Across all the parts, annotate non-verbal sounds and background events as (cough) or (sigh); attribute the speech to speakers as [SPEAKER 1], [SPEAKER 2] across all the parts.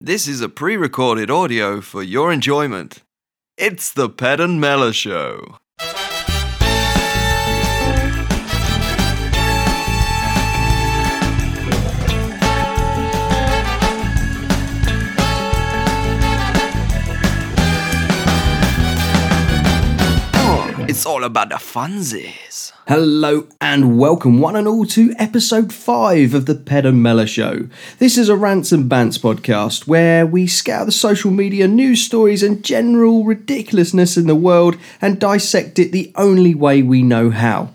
[SPEAKER 1] This is a pre recorded audio for your enjoyment. It's the Pat and Mella Show. It's all about the funsies.
[SPEAKER 2] Hello and welcome, one and all, to episode five of the Ped and Mella Show. This is a rants and bants podcast where we scour the social media, news stories, and general ridiculousness in the world and dissect it the only way we know how.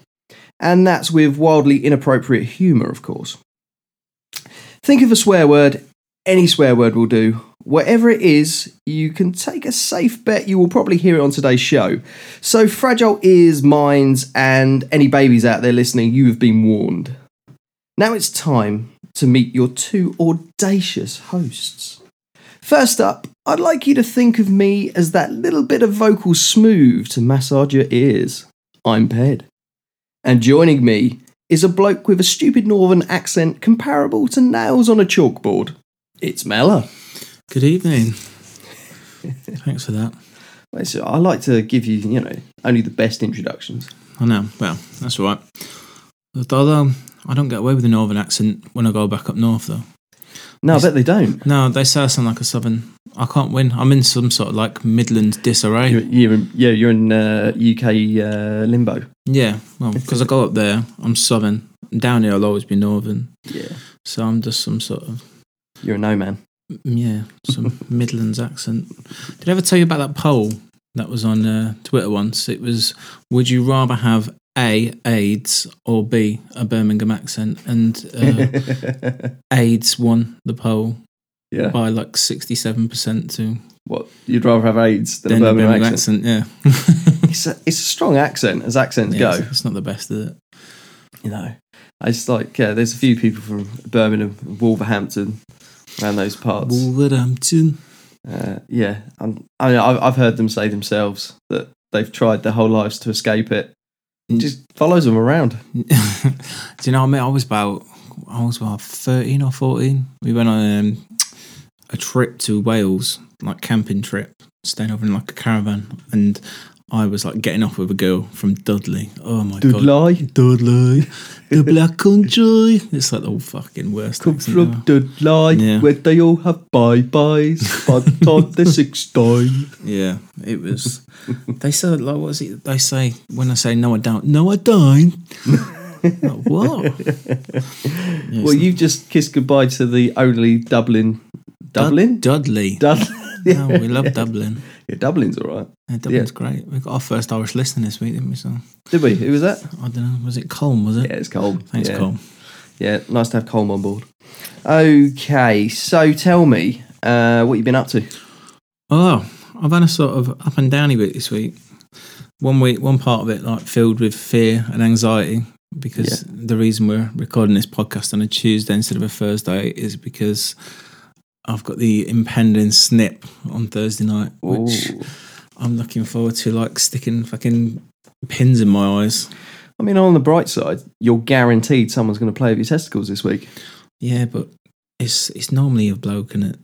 [SPEAKER 2] And that's with wildly inappropriate humour, of course. Think of a swear word, any swear word will do. Whatever it is, you can take a safe bet you will probably hear it on today's show. So, fragile ears, minds, and any babies out there listening, you have been warned. Now it's time to meet your two audacious hosts. First up, I'd like you to think of me as that little bit of vocal smooth to massage your ears. I'm Ped. And joining me is a bloke with a stupid northern accent comparable to nails on a chalkboard. It's Mella.
[SPEAKER 3] Good evening. Thanks for that.
[SPEAKER 2] Well, so I like to give you, you know, only the best introductions.
[SPEAKER 3] I know. Well, that's all right. Although I don't get away with a northern accent when I go back up north, though.
[SPEAKER 2] No, I bet they don't.
[SPEAKER 3] No, they say I sound like a southern. I can't win. I'm in some sort of like Midland disarray.
[SPEAKER 2] You're, you're in, yeah, you're in uh, UK uh, limbo.
[SPEAKER 3] yeah, well, because I go up there, I'm southern. Down here, I'll always be northern.
[SPEAKER 2] Yeah,
[SPEAKER 3] So I'm just some sort of
[SPEAKER 2] you're a no man.
[SPEAKER 3] yeah, some (laughs) Midlands accent. Did I ever tell you about that poll that was on uh, Twitter once? It was, would you rather have A, AIDS, or B, a Birmingham accent? And
[SPEAKER 2] (laughs)
[SPEAKER 3] uh, AIDS won the poll
[SPEAKER 2] yeah.
[SPEAKER 3] by like 67% to
[SPEAKER 2] What? You'd rather have AIDS than
[SPEAKER 3] then
[SPEAKER 2] a
[SPEAKER 3] the
[SPEAKER 2] Birmingham, accent.
[SPEAKER 3] Yeah.
[SPEAKER 2] It's, a, it's a strong accent as
[SPEAKER 3] (laughs)
[SPEAKER 2] accents
[SPEAKER 3] Yeah,
[SPEAKER 2] go.
[SPEAKER 3] It's, it's not the best, is it?
[SPEAKER 2] You know, it's like yeah, there's a few people from Birmingham, Wolverhampton, around those parts.
[SPEAKER 3] Wolverhampton.
[SPEAKER 2] Uh, yeah, I'm, I mean, I've, I've heard them say themselves that they've tried their whole lives to escape it. It
[SPEAKER 3] Mm.
[SPEAKER 2] just follows them around.
[SPEAKER 3] (laughs) Do you know what I mean? I was about I was about thirteen or fourteen. We went on um, a trip to Wales, like camping trip, staying over in like a caravan, and I was like getting off with a girl from Dudley. Oh my
[SPEAKER 2] Did
[SPEAKER 3] god,
[SPEAKER 2] lie.
[SPEAKER 3] Dudley, the black country. It's like the fucking worst.
[SPEAKER 2] Come
[SPEAKER 3] accent
[SPEAKER 2] from
[SPEAKER 3] ever.
[SPEAKER 2] Dudley,
[SPEAKER 3] Yeah.
[SPEAKER 2] where they all have bye-byes, but on the sixth time.
[SPEAKER 3] Yeah, it was. they said, like, what is it? They say when I say no, I don't. No, I don't. (laughs)
[SPEAKER 2] (laughs)
[SPEAKER 3] like, what? Yeah, it's
[SPEAKER 2] Well, you've just kissed goodbye to the only Dublin... Dublin?
[SPEAKER 3] Dud- Dudley.
[SPEAKER 2] (laughs) Dublin.
[SPEAKER 3] No, Oh, we love Dublin.
[SPEAKER 2] Yeah, Dublin's all right.
[SPEAKER 3] Yeah, Dublin's great. We got our first Irish listener this week, didn't we? So
[SPEAKER 2] Did we? Who was that?
[SPEAKER 3] I don't know. Was it Colm? Was it?
[SPEAKER 2] Yeah, it's Colm.
[SPEAKER 3] Thanks,
[SPEAKER 2] yeah.
[SPEAKER 3] Colm.
[SPEAKER 2] Yeah, nice to have Colm on board. Okay, so tell me uh, what you've been up to.
[SPEAKER 3] Oh, I've had a sort of up and downy week this week. One week, one part of it like filled with fear and anxiety because the reason we're recording this podcast on a Tuesday instead of a Thursday is because I've got the impending snip on Thursday night, which
[SPEAKER 2] Ooh.
[SPEAKER 3] I'm looking forward to, like sticking fucking pins in my eyes.
[SPEAKER 2] I mean, on the bright side, you're guaranteed someone's going to play with your testicles this week.
[SPEAKER 3] Yeah, but it's it's normally a bloke, is it?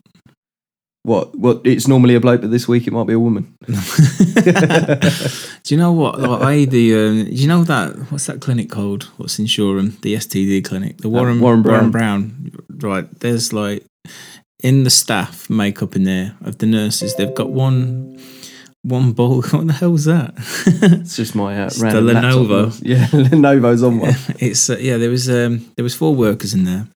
[SPEAKER 2] What? What? It's normally a bloke, but this week it might be a woman. (laughs)
[SPEAKER 3] do you know what? Like, I the um, do you know that what's that clinic called? What's in Shoreham? The STD clinic, the Warren
[SPEAKER 2] Warren
[SPEAKER 3] Warren Brown. Right, there's like in the staff makeup in there of the nurses. They've got one one ball. (laughs) What the hell's that? (laughs)
[SPEAKER 2] It's just my uh,
[SPEAKER 3] the
[SPEAKER 2] random laptop
[SPEAKER 3] Lenovo.
[SPEAKER 2] noise. (laughs) Yeah, Lenovo's on
[SPEAKER 3] (laughs)
[SPEAKER 2] one.
[SPEAKER 3] it's uh, yeah. There was um, there was four workers in there,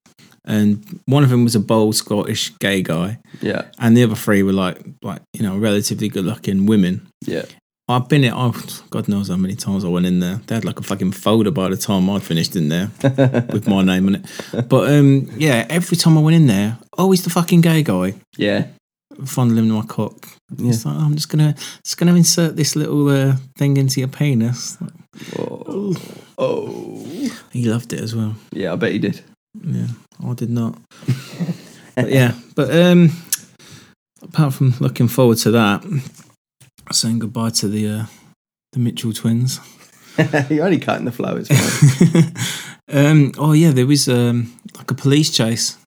[SPEAKER 3] and one of them was a bold Scottish gay guy,
[SPEAKER 2] yeah,
[SPEAKER 3] and the other three were like like you know relatively good looking women.
[SPEAKER 2] yeah. (laughs)
[SPEAKER 3] I've been in. Oh, God knows how many times I went in there. They had like a fucking folder by the time I'd finished in there with my name on it. But um, yeah, every time I went in there, always the fucking gay guy
[SPEAKER 2] Yeah.
[SPEAKER 3] fondling my cock.
[SPEAKER 2] Yeah.
[SPEAKER 3] It's like, oh, I'm just gonna, just gonna insert this little uh, thing into your penis. Like,
[SPEAKER 2] Oh. oh.
[SPEAKER 3] he loved it as well.
[SPEAKER 2] Yeah, I bet he did. (laughs)
[SPEAKER 3] Yeah, I did not. but yeah, but um, apart from looking forward to that, saying goodbye to the uh, the Mitchell twins.
[SPEAKER 2] You're only cutting
[SPEAKER 3] (laughs)
[SPEAKER 2] the flow, it's fine.
[SPEAKER 3] um, oh yeah, there was um, like a police chase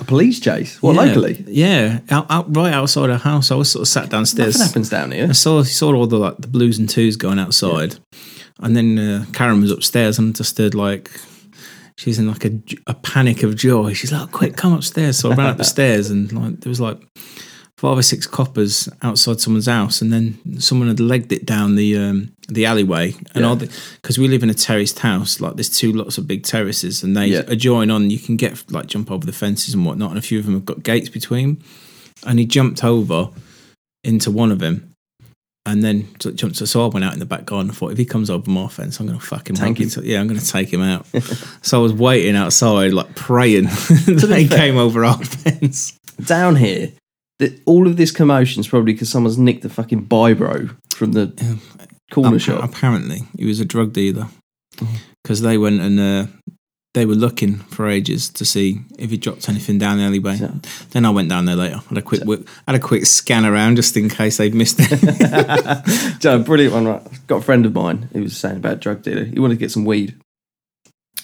[SPEAKER 2] A police chase? Well,
[SPEAKER 3] yeah,
[SPEAKER 2] locally.
[SPEAKER 3] Yeah, out, out, right outside our house. I was sort of sat downstairs.
[SPEAKER 2] Nothing happens down here.
[SPEAKER 3] I saw saw all the like the blues and twos going outside, and then uh, Karen was upstairs and just stood like she's in like a, j- a panic of joy. She's like, "Oh, "Quick, come upstairs!" So I ran up
[SPEAKER 2] (laughs)
[SPEAKER 3] the stairs and like there was like five or six coppers outside someone's house, and then someone had legged it down the um, the alleyway. And
[SPEAKER 2] Yeah.
[SPEAKER 3] all because we live in a terraced house, like there's two lots of big terraces, and they
[SPEAKER 2] Yeah.
[SPEAKER 3] adjoin on. You can get like jump over the fences and whatnot, and a few of them have got gates between. And he jumped over into one of them. And then t- jumped to, so I went out in the back garden and thought, if he comes over my fence, I'm going to fucking
[SPEAKER 2] Tank
[SPEAKER 3] him. yeah, I'm going to take
[SPEAKER 2] (laughs)
[SPEAKER 3] him out. so I was waiting outside, like praying (laughs) that he
[SPEAKER 2] fair.
[SPEAKER 3] came over our fence.
[SPEAKER 2] Down here, the, all of this commotion is probably because someone's nicked the fucking Bibro from
[SPEAKER 3] Um,
[SPEAKER 2] the corner
[SPEAKER 3] Appa-
[SPEAKER 2] shop. Mm-hmm.
[SPEAKER 3] Apparently, he was a drug dealer because they went and uh, they were looking for ages to see if he dropped anything down the alleyway.
[SPEAKER 2] So-
[SPEAKER 3] Then I went down there later, had a quick whip, had a quick scan around just in case
[SPEAKER 2] (laughs)
[SPEAKER 3] they'd missed it.
[SPEAKER 2] Joe, brilliant one, right? I've Got a friend of mine who was saying about a drug dealer. He wanted to get some weed.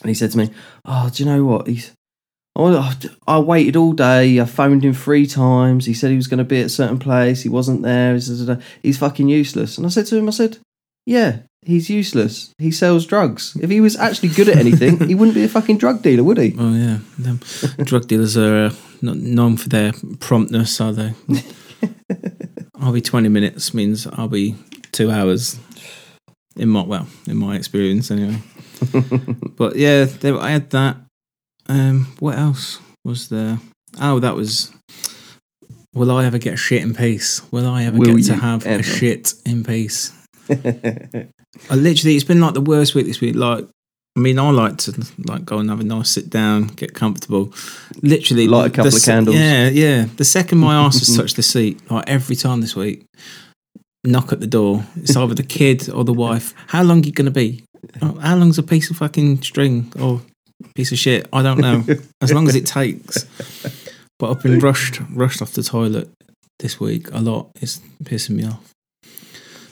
[SPEAKER 2] And he said to me, Oh, do you know what? He's, I, wanted- I waited all day. I phoned him three times. He said he was going to be at a certain place. He wasn't there. He's, da, da, da. He's fucking useless. And I said to him, I said, Yeah, he's useless. He sells drugs. If he was actually good at anything, he wouldn't be a fucking drug dealer, would he?
[SPEAKER 3] well, Oh, yeah,
[SPEAKER 2] (laughs)
[SPEAKER 3] them drug dealers are uh, not known for their promptness,
[SPEAKER 2] (laughs)
[SPEAKER 3] are they? I'll be twenty minutes means I'll be two hours. In my well, in my experience anyway.
[SPEAKER 2] (laughs)
[SPEAKER 3] But yeah, they, I had that. Um, what else was there? Oh, that was. Will I ever get a shit in peace? Will I ever
[SPEAKER 2] Will
[SPEAKER 3] get to
[SPEAKER 2] you
[SPEAKER 3] have
[SPEAKER 2] ever?
[SPEAKER 3] a shit in peace? I literally, it's been like the worst week this week. Like, I mean, I like to like go and have a nice sit down, get comfortable. Literally,
[SPEAKER 2] Light a
[SPEAKER 3] the- the
[SPEAKER 2] couple of
[SPEAKER 3] se-
[SPEAKER 2] candles.
[SPEAKER 3] Yeah, yeah. The second my ass
[SPEAKER 2] (laughs)
[SPEAKER 3] has touched the seat, like every time this week, knock at the door. It's either the kid or the wife. How long you gonna be? Oh, How long's a piece of fucking string or piece of shit? I don't know. As long as it takes. But I've been rushed, rushed off the toilet this week a lot. It's pissing me off.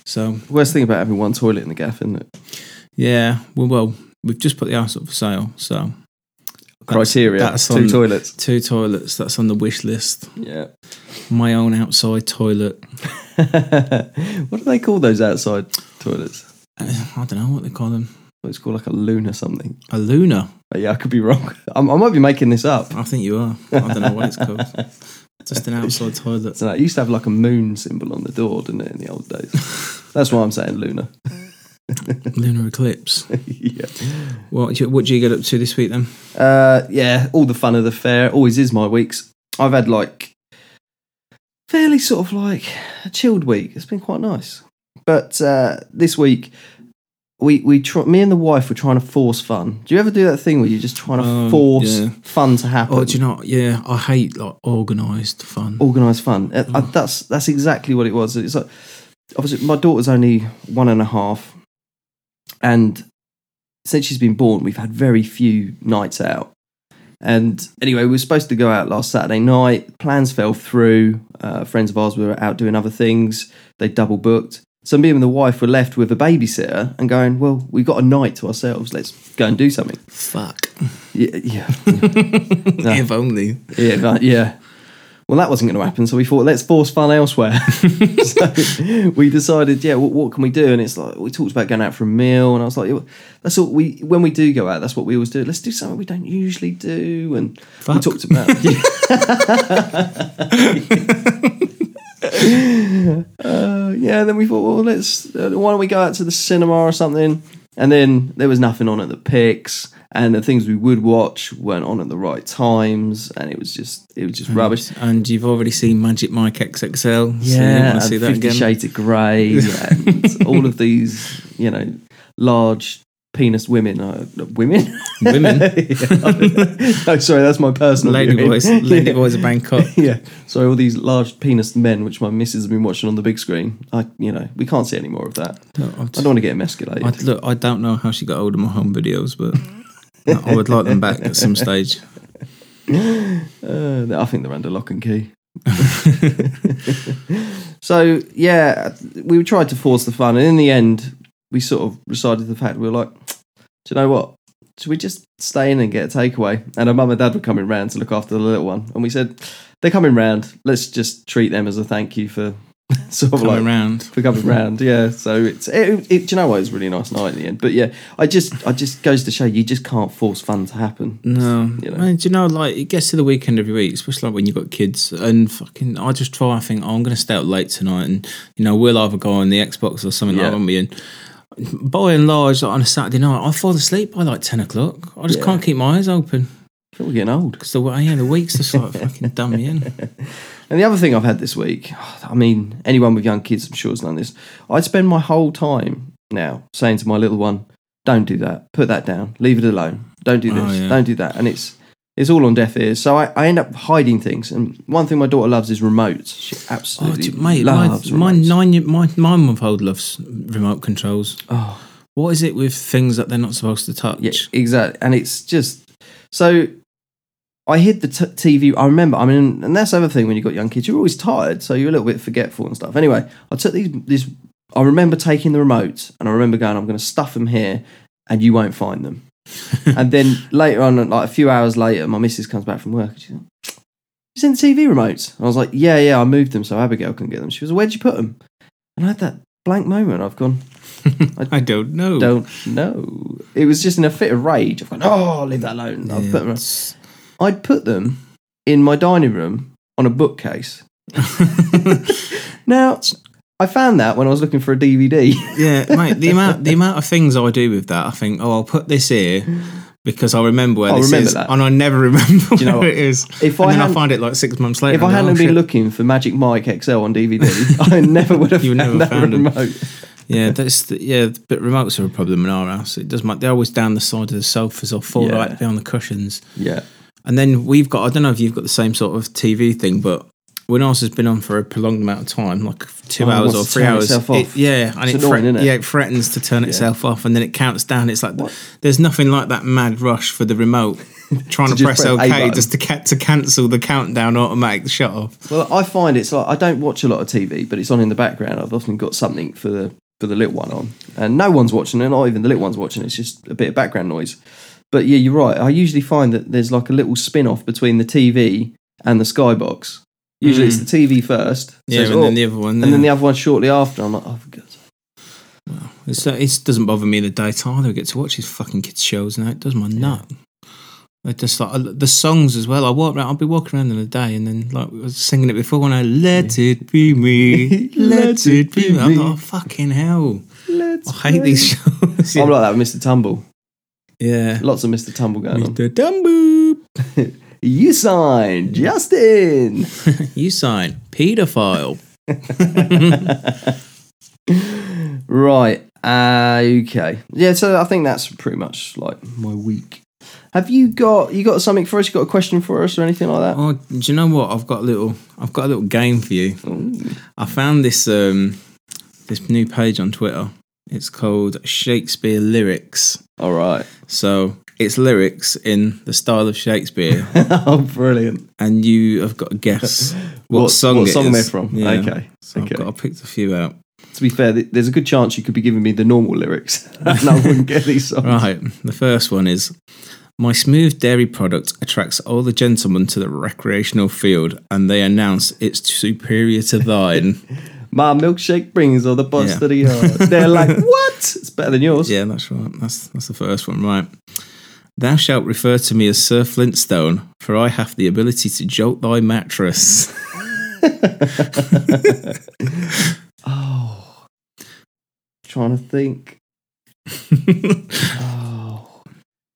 [SPEAKER 3] So
[SPEAKER 2] (laughs) Worst thing about having one toilet in the gaff, isn't it?
[SPEAKER 3] yeah, well, well, we've just put the house up for sale, so that's-
[SPEAKER 2] Criteria
[SPEAKER 3] that's
[SPEAKER 2] two
[SPEAKER 3] on-
[SPEAKER 2] toilets.
[SPEAKER 3] two toilets. That's on the wish list.
[SPEAKER 2] Yeah.
[SPEAKER 3] My own outside toilet.
[SPEAKER 2] (laughs) what do they call those outside toilets?
[SPEAKER 3] Uh, I don't know what they call them.
[SPEAKER 2] Well, It's called like a loon or something.
[SPEAKER 3] A Luna.
[SPEAKER 2] But yeah, I could be wrong. (laughs) I'm, I might be making this up.
[SPEAKER 3] I think you are. I don't know what it's called. Just an outside
[SPEAKER 2] (laughs)
[SPEAKER 3] toilet. (laughs)
[SPEAKER 2] So it used to have like a moon symbol on the door, didn't it, in the old days? That's why I'm saying Luna. (laughs)
[SPEAKER 3] Lunar eclipse.
[SPEAKER 2] yeah.
[SPEAKER 3] What do, you, what do you get up to this week then?
[SPEAKER 2] Uh, yeah, all the fun of the fair always is my weeks. I've had like fairly sort of like a chilled week. It's been quite nice. But uh, this week, we we try, me and the wife were trying to force fun. Do you ever do that thing where you're just trying to
[SPEAKER 3] Um,
[SPEAKER 2] force
[SPEAKER 3] yeah.
[SPEAKER 2] fun to happen?
[SPEAKER 3] Oh, do you know? Yeah, I hate like organised fun.
[SPEAKER 2] organised fun. Uh, uh, that's that's exactly what it was. It's like obviously my daughter's only one and a half, and since she's been born, we've had very few nights out. And anyway, we were supposed to go out last Saturday night. Plans fell through. Uh, friends of ours were out doing other things. They double booked. So me and the wife were left with a babysitter and going, well, we've got a night to ourselves. Let's go and do something.
[SPEAKER 3] Fuck.
[SPEAKER 2] Yeah, yeah,
[SPEAKER 3] (laughs) If only.
[SPEAKER 2] (laughs) yeah, but- yeah. Well, that wasn't going to happen, so we thought let's force fun elsewhere. (laughs) so we decided, yeah, what, what can we do? And it's like we talked about going out for a meal, and I was like, yeah, that's what we when we do go out, that's what we always do. Let's do something we don't usually do, and we
[SPEAKER 3] Fuck.
[SPEAKER 2] talked about. Uh, yeah, then we thought, well, let's uh, why don't we go out to the cinema or something? And then there was nothing on at the picks, and the things we would watch weren't on at the right times, and it was just it was just rubbish.
[SPEAKER 3] And you've already seen Magic Mike XXL. so you didn't
[SPEAKER 2] Yeah,
[SPEAKER 3] wanna see
[SPEAKER 2] and
[SPEAKER 3] that
[SPEAKER 2] Fifty
[SPEAKER 3] again.
[SPEAKER 2] Shades of
[SPEAKER 3] (laughs)
[SPEAKER 2] Grey, and all of these, you know, large penis women. Uh, women? (laughs)
[SPEAKER 3] Women.
[SPEAKER 2] no, sorry, that's my personal (laughs)
[SPEAKER 3] Lady
[SPEAKER 2] viewing.
[SPEAKER 3] boys, lady boys
[SPEAKER 2] (laughs)
[SPEAKER 3] of Bangkok.
[SPEAKER 2] Yeah, sorry, all these large penis men, which my missus has been watching on the big screen. I, you know, we can't see any more of that.
[SPEAKER 3] No, I'm
[SPEAKER 2] I
[SPEAKER 3] just-
[SPEAKER 2] don't want to get emasculated.
[SPEAKER 3] I, look, I don't know how she got hold of my home videos, but I would like them back at some stage.
[SPEAKER 2] Uh, I think they're under lock and key. so yeah, we tried to force the fun, and in the end, we sort of decided the fact we were like, do you know what? should we just stay in and get a takeaway? And her mum and dad were coming round to look after the little one. And we said, they're coming round. Let's just treat them as a thank you for (laughs) sort of (laughs)
[SPEAKER 3] Come
[SPEAKER 2] like
[SPEAKER 3] around.
[SPEAKER 2] for coming round. Yeah. So it's, it, it, do you know what? It's a really nice night in the end. But yeah, I just, I just goes to show you just can't force fun to happen.
[SPEAKER 3] No,
[SPEAKER 2] You know.
[SPEAKER 3] Man, do you know? Like it gets to the weekend every week, especially like when you've got kids. And fucking, I just try. I think oh, I'm going to stay up late tonight, and you know, we'll either go on the Xbox or something
[SPEAKER 2] Yeah.
[SPEAKER 3] like that. won't we? And by and large, like, on a Saturday night, I fall asleep by like ten o'clock. I just
[SPEAKER 2] Yeah.
[SPEAKER 3] can't keep my eyes open
[SPEAKER 2] I feel we're getting old.
[SPEAKER 3] because the way yeah, the weeks just like fucking dumb me in.
[SPEAKER 2] And the other thing I've had this week, I mean, anyone with young kids, I'm sure, has done this. I'd spend my whole time now saying to my little one, "Don't do that. Put that down. Leave it alone. Don't do this.
[SPEAKER 3] Oh, yeah.
[SPEAKER 2] Don't do that." And it's it's all on deaf ears. So I, I end up hiding things. And one thing my daughter loves is remotes. She
[SPEAKER 3] Oh,
[SPEAKER 2] absolutely
[SPEAKER 3] dude, mate, my,
[SPEAKER 2] loves
[SPEAKER 3] my
[SPEAKER 2] remotes.
[SPEAKER 3] nine, year- my my month old loves remote controls.
[SPEAKER 2] Oh.
[SPEAKER 3] What is it with things that they're not supposed to touch?
[SPEAKER 2] Yeah, exactly. And it's just so. I hid the t- TV. I remember. I mean, and that's the other thing when you've got young kids, you're always tired, so you're a little bit forgetful and stuff. Anyway, I took these. This I remember taking the remote, and I remember going, "I'm going to stuff them here, and you won't find them." and then later on, like a few hours later, my missus comes back from work. and She's like, "You seen the TV remotes?" And I was like, "Yeah, yeah, I moved them so Abigail can get them." She was, "Where'd you put them?" And I had that blank moment. I've gone,
[SPEAKER 3] I don't know.
[SPEAKER 2] don't know. It was just in a fit of rage. I've gone, oh, leave that alone.
[SPEAKER 3] Yeah,
[SPEAKER 2] I've put them,
[SPEAKER 3] it's-
[SPEAKER 2] I'd put them in my dining room on a bookcase. Now, I found that when I was looking for a (laughs) DVD.
[SPEAKER 3] (laughs) yeah, mate. The amount the amount of things I do with that, I think, oh, I'll put this here because I remember where
[SPEAKER 2] I'll
[SPEAKER 3] this
[SPEAKER 2] remember
[SPEAKER 3] is,
[SPEAKER 2] that.
[SPEAKER 3] and I never (laughs) remember
[SPEAKER 2] you know what?
[SPEAKER 3] where it is.
[SPEAKER 2] If
[SPEAKER 3] and
[SPEAKER 2] I
[SPEAKER 3] then I
[SPEAKER 2] hadn't-
[SPEAKER 3] find it like six months later.
[SPEAKER 2] if I
[SPEAKER 3] and go,
[SPEAKER 2] hadn't
[SPEAKER 3] "Oh,
[SPEAKER 2] been
[SPEAKER 3] shit."
[SPEAKER 2] looking for Magic Mike XL on DVD, (laughs) I never would have
[SPEAKER 3] You
[SPEAKER 2] found
[SPEAKER 3] would never
[SPEAKER 2] that
[SPEAKER 3] found 'em.
[SPEAKER 2] remote.
[SPEAKER 3] yeah, that's the, yeah. But remotes are a problem in our house. It does. make- They're always down the side of the sofas or fall
[SPEAKER 2] Yeah.
[SPEAKER 3] right behind the cushions.
[SPEAKER 2] Yeah.
[SPEAKER 3] And then we've got, I don't know if you've got the same sort of TV thing, but when ours has been on for a prolonged amount of time, like two
[SPEAKER 2] Oh, it
[SPEAKER 3] hours
[SPEAKER 2] wants
[SPEAKER 3] or
[SPEAKER 2] to
[SPEAKER 3] three
[SPEAKER 2] turn
[SPEAKER 3] hours,
[SPEAKER 2] itself
[SPEAKER 3] it-
[SPEAKER 2] off.
[SPEAKER 3] yeah, and
[SPEAKER 2] It's
[SPEAKER 3] it,
[SPEAKER 2] annoying,
[SPEAKER 3] threat-
[SPEAKER 2] isn't it?
[SPEAKER 3] yeah, it threatens to turn itself off, and then it counts down. It's like th- there's nothing like that mad rush for
[SPEAKER 2] (laughs)
[SPEAKER 3] the remote trying to,
[SPEAKER 2] just
[SPEAKER 3] press
[SPEAKER 2] press A
[SPEAKER 3] OK
[SPEAKER 2] button.
[SPEAKER 3] just to ca- to cancel the countdown automatic shut off.
[SPEAKER 2] Well, I find it's like I don't watch a lot of TV, but it's on in the background. I've often got something for the for the little one on, and no one's watching it. Not even the little one's watching. it, It's just a bit of background noise. But yeah, you're right. I usually find that there's like a little spin off between the TV and the skybox. Usually
[SPEAKER 3] Mm.
[SPEAKER 2] it's the TV first, so
[SPEAKER 3] Yeah,
[SPEAKER 2] it's,
[SPEAKER 3] and
[SPEAKER 2] "Oh,"
[SPEAKER 3] then the other
[SPEAKER 2] and
[SPEAKER 3] one.
[SPEAKER 2] then the
[SPEAKER 3] yeah.
[SPEAKER 2] other one shortly after. I'm like, oh, for God's sake.
[SPEAKER 3] It's, uh, it doesn't bother me in the daytime. I get to watch these fucking kids' shows now. It does my nut. I just like uh, the songs as well. I walk around. I'll be walking around in the day, and then like I was singing it before when I let it be (laughs) me, let it be me. I'm like, oh, fucking hell!
[SPEAKER 2] Let's
[SPEAKER 3] I hate
[SPEAKER 2] play.
[SPEAKER 3] these shows.
[SPEAKER 2] I'm like that with Mr. Tumble.
[SPEAKER 3] (laughs) yeah.
[SPEAKER 2] Lots of Mr. Tumble going on.
[SPEAKER 3] Mr. Dumbo,
[SPEAKER 2] You signed Justin.
[SPEAKER 3] you sign paedophile.
[SPEAKER 2] Right. Uh, okay. Yeah. So I think that's pretty much like my week. Have you got you got something for us? You got a question for us or anything like that?
[SPEAKER 3] Oh, do you know what? I've got a little. I've got a little game for you.
[SPEAKER 2] Mm.
[SPEAKER 3] I found this um this new page on Twitter. It's called Shakespeare Lyrics.
[SPEAKER 2] All right.
[SPEAKER 3] So it's lyrics in the style of Shakespeare,
[SPEAKER 2] (laughs) oh, brilliant.
[SPEAKER 3] and you have got to
[SPEAKER 2] (laughs)
[SPEAKER 3] guess what,
[SPEAKER 2] What-
[SPEAKER 3] song
[SPEAKER 2] what
[SPEAKER 3] it
[SPEAKER 2] song
[SPEAKER 3] is.
[SPEAKER 2] they're from. Okay,
[SPEAKER 3] So
[SPEAKER 2] okay.
[SPEAKER 3] I've got, I picked a few out.
[SPEAKER 2] To be fair, th- there's a good chance you could be giving me the normal lyrics, (laughs) and I wouldn't get these songs.
[SPEAKER 3] Right. The first one is my smooth dairy product attracts all the gentlemen to the recreational field, and they announce it's superior
[SPEAKER 2] (laughs)
[SPEAKER 3] to thine.
[SPEAKER 2] My milkshake brings all the boss
[SPEAKER 3] Yeah.
[SPEAKER 2] to the
[SPEAKER 3] (laughs)
[SPEAKER 2] yard. They're like, what? It's better than yours.
[SPEAKER 3] yeah, that's right. That's that's the first one. Right. Thou shalt refer to me as Sir Flintstone, for I have the ability to jolt thy mattress.
[SPEAKER 2] (laughs)
[SPEAKER 3] (laughs)
[SPEAKER 2] Oh, trying to think. Oh,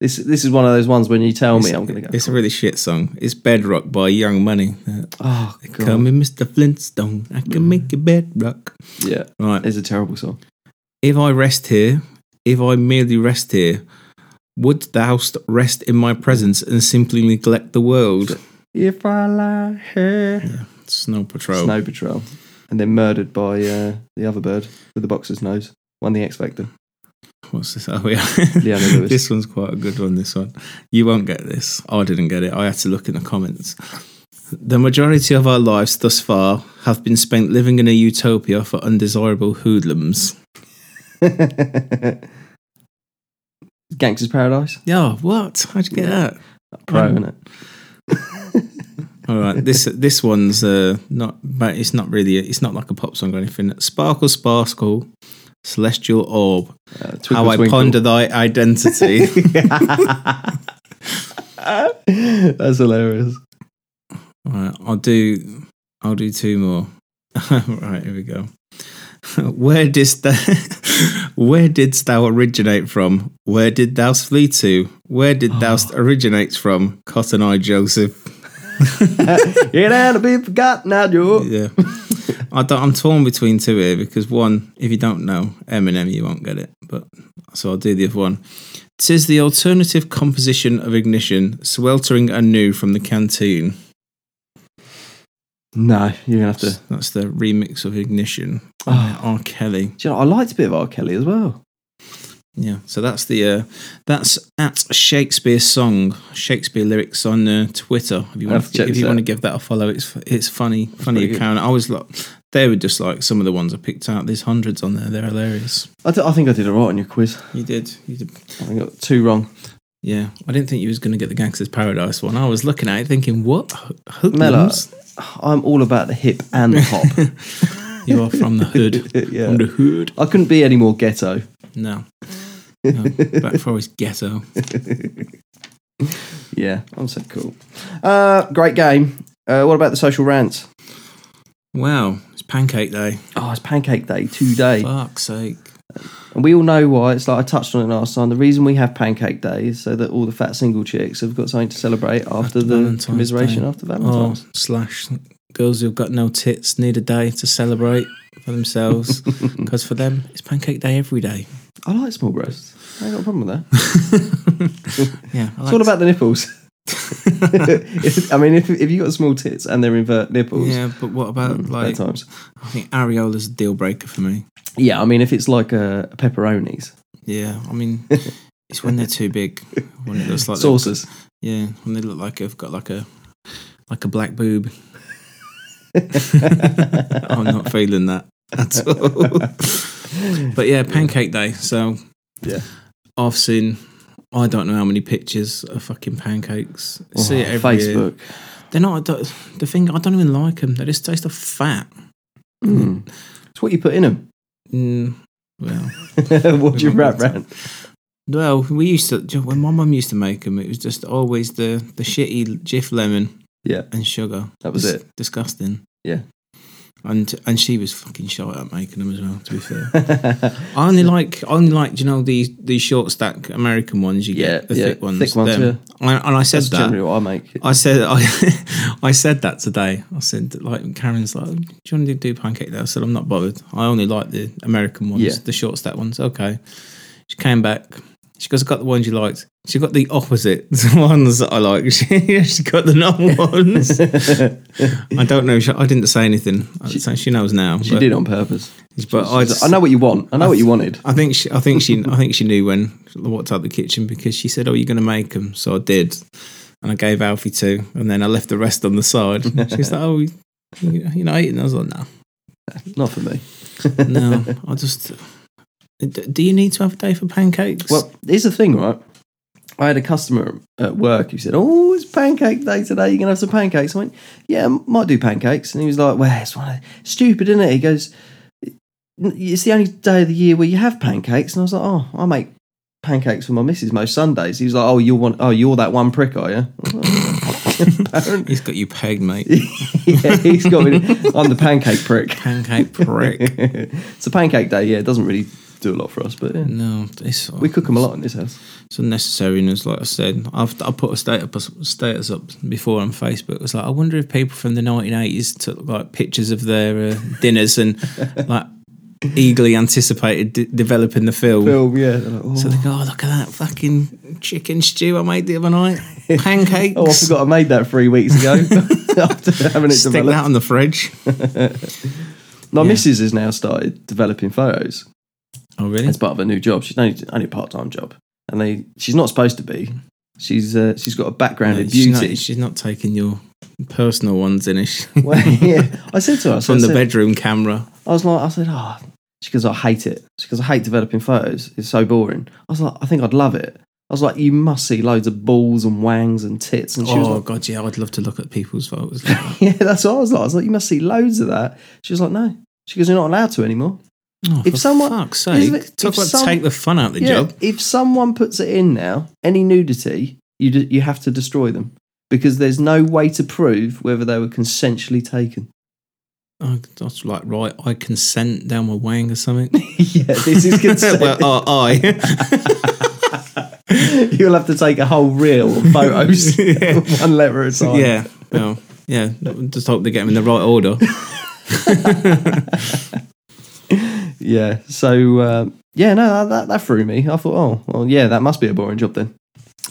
[SPEAKER 2] this this is one of those ones when you tell me I'm going to go.
[SPEAKER 3] It's a really shit song. It's Bedrock by Young Money. Uh,
[SPEAKER 2] Oh god,
[SPEAKER 3] Come in, Mr. Flintstone. I
[SPEAKER 2] Mm.
[SPEAKER 3] can make you bedrock.
[SPEAKER 2] yeah,
[SPEAKER 3] Right.
[SPEAKER 2] it's a terrible song.
[SPEAKER 3] If I rest here, if I merely rest here, would thou st- rest in my presence and simply neglect the world?
[SPEAKER 2] If I lie here,
[SPEAKER 3] Snow Patrol.
[SPEAKER 2] Snow Patrol, and then murdered by uh, the other bird with the boxer's nose, won the X Factor.
[SPEAKER 3] What's this? Oh, yeah.
[SPEAKER 2] Leona Lewis.
[SPEAKER 3] this one's quite a good one, this one. You won't get this. I didn't get it. I had to look in the comments. The majority of our lives thus far have been spent living in a utopia for undesirable hoodlums.
[SPEAKER 2] Is (laughs) Gangster's Paradise.
[SPEAKER 3] Yeah, what? How'd you get that?
[SPEAKER 2] Pro,
[SPEAKER 3] Mm.
[SPEAKER 2] innit?
[SPEAKER 3] All right, this this one's uh, not, but it's not really, it's not like a pop song or anything. Sparkle, sparkle, celestial orb,
[SPEAKER 2] (laughs) Uh,
[SPEAKER 3] how
[SPEAKER 2] Twinkle,
[SPEAKER 3] I
[SPEAKER 2] Twinkle.
[SPEAKER 3] ponder (laughs) thy identity.
[SPEAKER 2] (laughs)
[SPEAKER 3] (laughs)
[SPEAKER 2] That's hilarious. (laughs)
[SPEAKER 3] All right, I'll do, I'll do two more. (laughs) All right, here we go. (laughs) Where didst thou, (laughs) where didst thou originate from? Where did thou flee to? Where did thou originate from? Cotton Eye Joseph.
[SPEAKER 2] It had to be forgotten, now, Joe.
[SPEAKER 3] Yeah. I don't, I'm torn between two here because one, if you don't know Eminem, you won't get it. But so I'll do the other one. Tis the alternative composition of ignition, sweltering anew from the canteen.
[SPEAKER 2] No, you're gonna have to.
[SPEAKER 3] That's the remix of ignition.
[SPEAKER 2] Oh.
[SPEAKER 3] R. Kelly.
[SPEAKER 2] Do you know, I liked a bit of R. Kelly as well.
[SPEAKER 3] Yeah. So that's the uh, that's at Shakespeare song, Shakespeare lyrics on uh, Twitter. If you
[SPEAKER 2] I'll
[SPEAKER 3] want,
[SPEAKER 2] have to check
[SPEAKER 3] to, if
[SPEAKER 2] this
[SPEAKER 3] you
[SPEAKER 2] out.
[SPEAKER 3] want to give that a follow, it's it's funny, funny
[SPEAKER 2] pretty good.
[SPEAKER 3] account. I was like, they were just like some of the ones I picked out. There's hundreds on there. They're hilarious.
[SPEAKER 2] I, th- I think I did all right on your quiz.
[SPEAKER 3] You did. You did.
[SPEAKER 2] I got two wrong.
[SPEAKER 3] Yeah, I didn't think you was going to get the Gangsters Paradise one. I was looking at it thinking, what?
[SPEAKER 2] Mela,
[SPEAKER 3] Hoodlums?
[SPEAKER 2] I'm all about the hip and the hop.
[SPEAKER 3] You are from the hood.
[SPEAKER 2] (laughs) yeah.
[SPEAKER 3] From the hood.
[SPEAKER 2] I couldn't be any more
[SPEAKER 3] (laughs)
[SPEAKER 2] ghetto.
[SPEAKER 3] No. no. Black Forest Ghetto.
[SPEAKER 2] Yeah, I'm so cool. Uh, great game. Uh, what about the social rants?
[SPEAKER 3] Wow, it's Pancake Day.
[SPEAKER 2] Oh, it's Pancake Day today.
[SPEAKER 3] Fuck's sake.
[SPEAKER 2] And we all know why. It's like I touched on it last time. The reason we have Pancake Day is so that all the fat single chicks have got something to celebrate after the
[SPEAKER 3] Valentine's
[SPEAKER 2] commiseration
[SPEAKER 3] Day.
[SPEAKER 2] after
[SPEAKER 3] Oh,
[SPEAKER 2] Valentine's.
[SPEAKER 3] slash. Girls who've got no tits need a day to celebrate for themselves.
[SPEAKER 2] (laughs)
[SPEAKER 3] Because for them, it's Pancake Day every day.
[SPEAKER 2] I like small breasts. I ain't got a problem with that.
[SPEAKER 3] Yeah. I
[SPEAKER 2] It's
[SPEAKER 3] like
[SPEAKER 2] all about the nipples.
[SPEAKER 3] (laughs)
[SPEAKER 2] (laughs) If- I mean, if, if you got small tits and they're invert nipples, yeah,
[SPEAKER 3] Yeah, but what
[SPEAKER 2] Mm,
[SPEAKER 3] about, like,
[SPEAKER 2] times.
[SPEAKER 3] I think areola's a deal breaker for me.
[SPEAKER 2] Yeah, I mean, if it's like a pepperonis,
[SPEAKER 3] Yeah,
[SPEAKER 2] (laughs)
[SPEAKER 3] I mean, it's when they're too big. When it looks like they've-
[SPEAKER 2] sauces.
[SPEAKER 3] Yeah, when they look like they've got like a like a black boob. (laughs) I'm not feeling that at all. but yeah, Pancake Day. So
[SPEAKER 2] Yeah.
[SPEAKER 3] I've seen. I don't know how many pictures of fucking pancakes. I See
[SPEAKER 2] (laughs)
[SPEAKER 3] it
[SPEAKER 2] Oh,
[SPEAKER 3] every year.
[SPEAKER 2] Facebook.
[SPEAKER 3] They're not. I don't- The thing I don't even like them. They just taste of fat.
[SPEAKER 2] Mm. It's what you put in them.
[SPEAKER 3] Mm, well,
[SPEAKER 2] (laughs) what do you
[SPEAKER 3] won't
[SPEAKER 2] wrap
[SPEAKER 3] go into
[SPEAKER 2] round?
[SPEAKER 3] Well, we used to ju- when my mum used to make them. It was just always the the shitty Jif lemon,
[SPEAKER 2] Yeah.
[SPEAKER 3] and sugar.
[SPEAKER 2] That was
[SPEAKER 3] Dis-
[SPEAKER 2] it.
[SPEAKER 3] Disgusting.
[SPEAKER 2] Yeah.
[SPEAKER 3] and and she was fucking shy at making them as well. To be fair, I only like I only like you know these these short stack American ones you
[SPEAKER 2] Yeah,
[SPEAKER 3] get the
[SPEAKER 2] yeah,
[SPEAKER 3] thick ones.
[SPEAKER 2] thick ones,
[SPEAKER 3] them. I, and I said
[SPEAKER 2] That's
[SPEAKER 3] that.
[SPEAKER 2] generally what I make. (laughs)
[SPEAKER 3] I said (laughs) I, I said that today. I said like Karen's like, do you want to do pancake day? I said I'm not bothered. I only like the American ones,
[SPEAKER 2] Yeah.
[SPEAKER 3] the short stack ones. Okay. She came back. She goes, I got the ones you liked. She got the opposite (laughs) ones that I like. (laughs) She, she got the non (laughs) ones. I don't know. She, I didn't say anything. She, she knows now.
[SPEAKER 2] She did on purpose.
[SPEAKER 3] But I,
[SPEAKER 2] I know what you want. I know what you wanted.
[SPEAKER 3] I think she, I think she, I think she knew when I walked out the kitchen because she said, "Oh, you're going to make them," so I did, and I gave Alfie two, and then I left the rest on the side. She's like, "Oh, you, you know," and I was like, "No,
[SPEAKER 2] Not for me.
[SPEAKER 3] no, I just." D- Do you need to have a day for pancakes? (laughs)
[SPEAKER 2] Well, here's the thing, right? I had a customer at work who said, "Oh, it's pancake day today. You're gonna have some pancakes." I went, "Yeah, I might do pancakes." And he was like, "Well, it's one of, stupid, isn't it?" He goes, "It's the only day of the year where you have pancakes." And I was like, "Oh, I make pancakes for my missus most Sundays." He was like, "Oh, you want? Oh, you're that one prick, are you?" Apparently,
[SPEAKER 3] he's got you pegged, mate.
[SPEAKER 2] (laughs) yeah, he's got me. I'm the pancake prick. (laughs)
[SPEAKER 3] Pancake prick.
[SPEAKER 2] it's a pancake day. Yeah, it doesn't really do a lot for us, but yeah.
[SPEAKER 3] No, it's
[SPEAKER 2] we cook them a lot in this house.
[SPEAKER 3] It's unnecessary, and it's like I said, I've I put a status status up before on Facebook. It's like I wonder if people from the 1980s took like pictures of their uh,
[SPEAKER 2] (laughs)
[SPEAKER 3] dinners and like eagerly anticipated de- developing the film.
[SPEAKER 2] Film, yeah. they're like, "Oh,
[SPEAKER 3] So they go, oh, look at that fucking chicken stew I made the other night, pancakes.
[SPEAKER 2] (laughs) Oh, I forgot I made that three weeks
[SPEAKER 3] (laughs)
[SPEAKER 2] ago (laughs) after having it
[SPEAKER 3] Stick that
[SPEAKER 2] developed.
[SPEAKER 3] on the fridge.
[SPEAKER 2] My
[SPEAKER 3] yeah.
[SPEAKER 2] missus has now started developing photos
[SPEAKER 3] Oh, really?
[SPEAKER 2] as part of her new job. She's only, only a part time job, and they she's not supposed to be. She's uh, she's got a background in
[SPEAKER 3] she's, not,
[SPEAKER 2] beauty.
[SPEAKER 3] (laughs) she's not taking your personal ones in it
[SPEAKER 2] Well, yeah, I said to her, I,
[SPEAKER 3] (laughs) from
[SPEAKER 2] said,
[SPEAKER 3] the bedroom camera.
[SPEAKER 2] I was like, I said, oh, She goes, I hate it. She goes, I hate developing photos. It's so boring. I was like, I think I'd love it. I was like, you must see loads of balls and wangs and tits. And she was
[SPEAKER 3] oh
[SPEAKER 2] like,
[SPEAKER 3] god, yeah, I'd love to look at people's photos. Like that.
[SPEAKER 2] yeah, that's what I was like. (laughs) I was like, you must see loads of that. She was like, no. She goes, you're not allowed to anymore.
[SPEAKER 3] oh,
[SPEAKER 2] If
[SPEAKER 3] for
[SPEAKER 2] someone-
[SPEAKER 3] fuck's
[SPEAKER 2] isn't
[SPEAKER 3] sake,
[SPEAKER 2] it-
[SPEAKER 3] talk
[SPEAKER 2] if
[SPEAKER 3] about
[SPEAKER 2] some-
[SPEAKER 3] take the fun out of the job.
[SPEAKER 2] If someone puts it in now, any nudity, you d- you have to destroy them because there's no way to prove whether they were consensually taken. (laughs)
[SPEAKER 3] I, I was like, right, I consent down my wang or something.
[SPEAKER 2] yeah, this (laughs) is
[SPEAKER 3] (laughs)
[SPEAKER 2] consent.
[SPEAKER 3] well, oh,
[SPEAKER 2] (laughs) You'll have to take a whole reel of photos,
[SPEAKER 3] (laughs) Yeah.
[SPEAKER 2] (laughs) one letter at a
[SPEAKER 3] I.
[SPEAKER 2] time.
[SPEAKER 3] yeah, well, yeah. Just hope they get them in the right
[SPEAKER 2] (laughs)
[SPEAKER 3] order.
[SPEAKER 2] yeah. So uh, yeah, no, that, that threw me. I thought, oh, well, yeah, that must be a boring job then.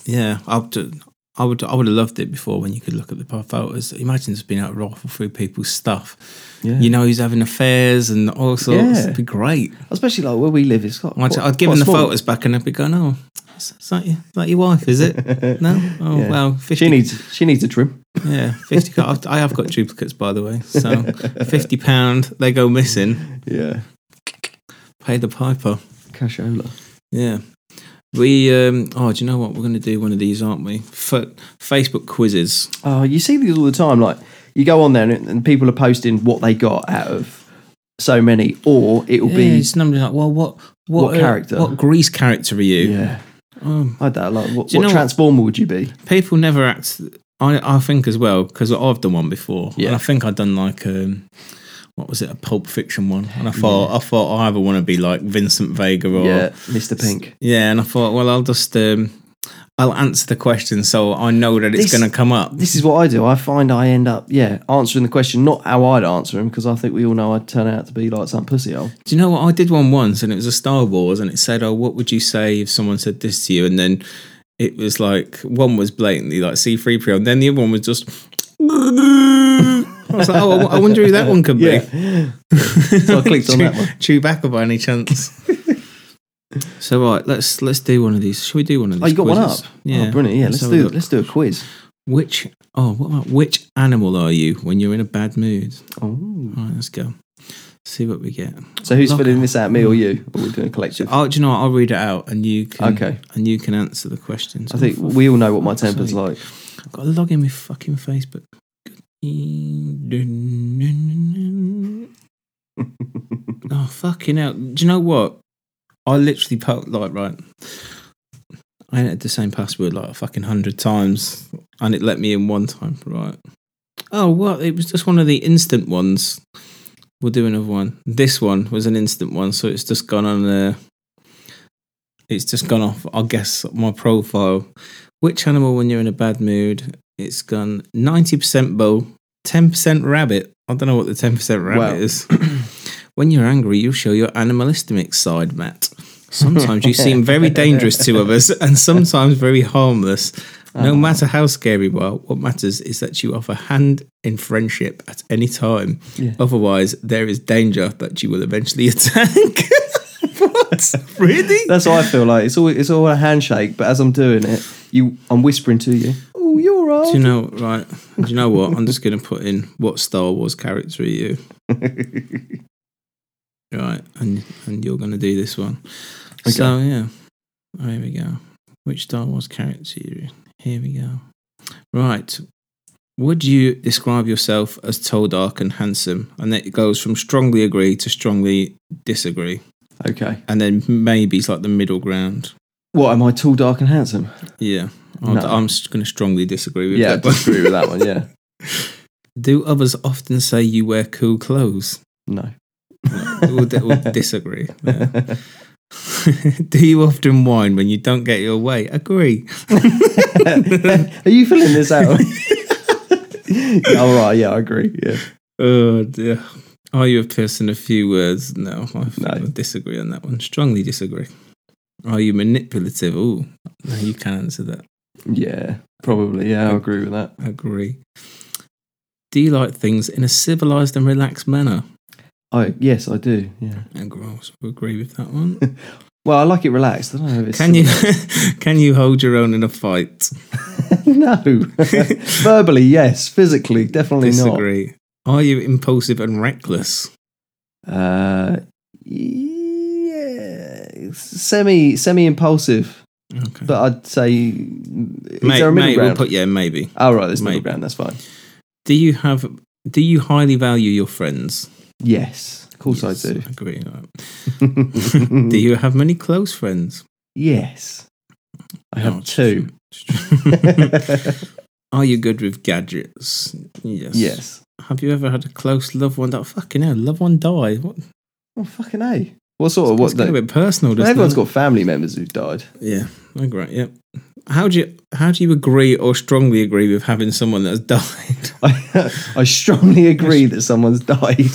[SPEAKER 3] Yeah, I would. I would. I would have loved it before when you could look at the pro- photos. Imagine just being out rifle through people's stuff.
[SPEAKER 2] Yeah.
[SPEAKER 3] You know, he's having affairs and all sorts.
[SPEAKER 2] Yeah.
[SPEAKER 3] It'd be great.
[SPEAKER 2] Especially like where we live, it's got.
[SPEAKER 3] I'd,
[SPEAKER 2] quite-
[SPEAKER 3] I'd give
[SPEAKER 2] quite
[SPEAKER 3] him the
[SPEAKER 2] small.
[SPEAKER 3] photos back and I'd be going, "Oh, is is that your, is that your wife? Is
[SPEAKER 2] (laughs)
[SPEAKER 3] it? no. Oh
[SPEAKER 2] Yeah.
[SPEAKER 3] well, 50,
[SPEAKER 2] She needs she needs a trim.
[SPEAKER 3] Yeah, fifty. co- I've- I have got duplicates, by the way.
[SPEAKER 2] (laughs)
[SPEAKER 3] So fifty pound, they go missing.
[SPEAKER 2] Yeah,
[SPEAKER 3] Pay the piper.
[SPEAKER 2] cashola.
[SPEAKER 3] Yeah. We um oh do you know what we're going to do one of these aren't we? Fa- Facebook quizzes.
[SPEAKER 2] Oh, you see these all the time. Like you go on there and, and people are posting what they got out of so many, or it will
[SPEAKER 3] Yeah,
[SPEAKER 2] be
[SPEAKER 3] it's normally like, well, what what,
[SPEAKER 2] What
[SPEAKER 3] uh,
[SPEAKER 2] character?
[SPEAKER 3] What Grease character are you?
[SPEAKER 2] yeah.
[SPEAKER 3] Um,
[SPEAKER 2] I don't like what,
[SPEAKER 3] Do you
[SPEAKER 2] what
[SPEAKER 3] know what-
[SPEAKER 2] transformer would you be?
[SPEAKER 3] people never act. I I think as well because I've done one before.
[SPEAKER 2] Yeah.
[SPEAKER 3] and I think I'd done like um, what was it a Pulp Fiction one, and I thought I thought I either want to be like Vincent Vega or
[SPEAKER 2] yeah, Mr. Pink.
[SPEAKER 3] Yeah, and I thought, well, I'll just um, I'll answer the question so I know that it's
[SPEAKER 2] This-
[SPEAKER 3] going to come up.
[SPEAKER 2] This is what I do. I find I end up yeah answering the question not how I'd answer them because I think we all know I'd turn out to be like some pussy hole.
[SPEAKER 3] Do you know what I did one once, and it was a Star Wars, and it said, "Oh, what would you say if someone said this to you?" And then it was like one was blatantly like C three PO, and then the other one was just. (laughs) I was like, oh, I w- I wonder who that one could be.
[SPEAKER 2] So I
[SPEAKER 3] (laughs)
[SPEAKER 2] clicked on that one.
[SPEAKER 3] Chewbacca by any chance?
[SPEAKER 2] (laughs)
[SPEAKER 3] so right, let's let's do one of these. Should we do one of these?
[SPEAKER 2] Oh, you got one up.
[SPEAKER 3] quizzes? Yeah,
[SPEAKER 2] oh, brilliant. Yeah, let's
[SPEAKER 3] have a
[SPEAKER 2] do
[SPEAKER 3] look.
[SPEAKER 2] let's do a quiz.
[SPEAKER 3] Which oh, what about which animal are you when you're in a bad mood?
[SPEAKER 2] Oh.
[SPEAKER 3] All right, let's go. See what we get.
[SPEAKER 2] So who's
[SPEAKER 3] Look.
[SPEAKER 2] filling this out, me or you? Or we're doing a collective.
[SPEAKER 3] Oh, do you know what? I'll read it out, and you can
[SPEAKER 2] Okay.
[SPEAKER 3] and you can answer the questions.
[SPEAKER 2] I think
[SPEAKER 3] Oh, for
[SPEAKER 2] we all know what my
[SPEAKER 3] fuck's
[SPEAKER 2] temper's
[SPEAKER 3] sake.
[SPEAKER 2] like.
[SPEAKER 3] I've got to log in with
[SPEAKER 2] (laughs)
[SPEAKER 3] fucking Facebook. oh fucking hell! Do you know what? I literally put like right. I entered the same password like a fucking hundred times, and it let me in one time. Right. Oh what? It was just one of the instant ones. We'll do another one. This one was an instant one, so it's just gone on there. It's just gone off. I guess my profile. Which animal, when you're in a bad mood, it's gone 90% bull, 10% rabbit. I don't know what the 10% rabbit
[SPEAKER 2] Wow.
[SPEAKER 3] is. (clears throat) when you're angry, you show your animalistic side, Matt. Sometimes you seem
[SPEAKER 2] (laughs)
[SPEAKER 3] very dangerous to others and sometimes very harmless. No
[SPEAKER 2] Ah.
[SPEAKER 3] matter how scary you are, what matters is that you offer hand in friendship at any time.
[SPEAKER 2] Yeah.
[SPEAKER 3] Otherwise, there is danger that you will eventually (laughs) attack. what? Really?
[SPEAKER 2] That's what I feel like. It's all it's all a handshake, but as I'm doing it, you I'm whispering to you. Oh, you're
[SPEAKER 3] Do you
[SPEAKER 2] right.
[SPEAKER 3] know, right? Do you know what? I'm just going to put in what Star Wars character are you? right, and and you're going to do this one. So yeah, oh, here we go. Which Star Wars character are you? Here we go. Right. Would you describe yourself as tall, dark, and handsome? And it goes from strongly agree to strongly disagree,
[SPEAKER 2] (laughs) Okay.
[SPEAKER 3] and then maybe it's like the middle ground.
[SPEAKER 2] What am I tall, dark, and handsome?
[SPEAKER 3] Yeah, I'll-
[SPEAKER 2] No.
[SPEAKER 3] I'm going to strongly disagree with
[SPEAKER 2] Yeah, I
[SPEAKER 3] that. one.
[SPEAKER 2] disagree with that one. Yeah.
[SPEAKER 3] (laughs) Do others often say you wear cool clothes?
[SPEAKER 2] No.
[SPEAKER 3] We'll, di- we'll disagree. yeah. (laughs) Do you often whine when you don't get your
[SPEAKER 2] (laughs)
[SPEAKER 3] way? Agree.
[SPEAKER 2] (laughs) Are you filling this out? (laughs) yeah, all right. Yeah, I agree. Yeah.
[SPEAKER 3] Oh dear. Are you a person of few words? No, I think
[SPEAKER 2] No.
[SPEAKER 3] I disagree on that one. Strongly disagree. Are you manipulative? Oh, no, you can answer that.
[SPEAKER 2] Yeah. Probably. Yeah, I agree with that.
[SPEAKER 3] Agree. Do you like things in a civilized and relaxed manner?
[SPEAKER 2] I yes, I do. Yeah.
[SPEAKER 3] Agree. I also agree with that one.
[SPEAKER 2] Well, I like it relaxed. I don't know if it's
[SPEAKER 3] Can you (laughs) can you hold your own in a fight?
[SPEAKER 2] (laughs)
[SPEAKER 3] (laughs)
[SPEAKER 2] no. (laughs) Verbally, yes. Physically, definitely
[SPEAKER 3] Disagree. Are you impulsive and reckless?
[SPEAKER 2] not. Uh, yeah, semi semi impulsive.
[SPEAKER 3] Okay.
[SPEAKER 2] But I'd say is
[SPEAKER 3] May-
[SPEAKER 2] there a middle
[SPEAKER 3] may- we'll
[SPEAKER 2] ground?
[SPEAKER 3] put yeah, maybe.
[SPEAKER 2] oh right, there's middle
[SPEAKER 3] maybe.
[SPEAKER 2] ground. That's fine.
[SPEAKER 3] Do you have? Do you highly value your friends?
[SPEAKER 2] Yes, of course
[SPEAKER 3] Yes, (laughs)
[SPEAKER 2] I do. (laughs) Mm.
[SPEAKER 3] Agree. do you have many close friends?
[SPEAKER 2] Yes, I have
[SPEAKER 3] Oh, (laughs)
[SPEAKER 2] two. (laughs)
[SPEAKER 3] Are you good with gadgets? Yes.
[SPEAKER 2] yes.
[SPEAKER 3] Have you ever had a close loved one that fucking hell, loved one died? What,
[SPEAKER 2] Oh fucking a. What sort of
[SPEAKER 3] what's
[SPEAKER 2] what?
[SPEAKER 3] getting a
[SPEAKER 2] No,
[SPEAKER 3] bit personal? doesn't
[SPEAKER 2] everyone's
[SPEAKER 3] it?
[SPEAKER 2] got family members who've died. (laughs)
[SPEAKER 3] Yeah, I agree. Yeah. How do you how do you agree or strongly agree with having someone that's (laughs) died?
[SPEAKER 2] I, I strongly agree that someone's
[SPEAKER 3] (laughs)
[SPEAKER 2] died.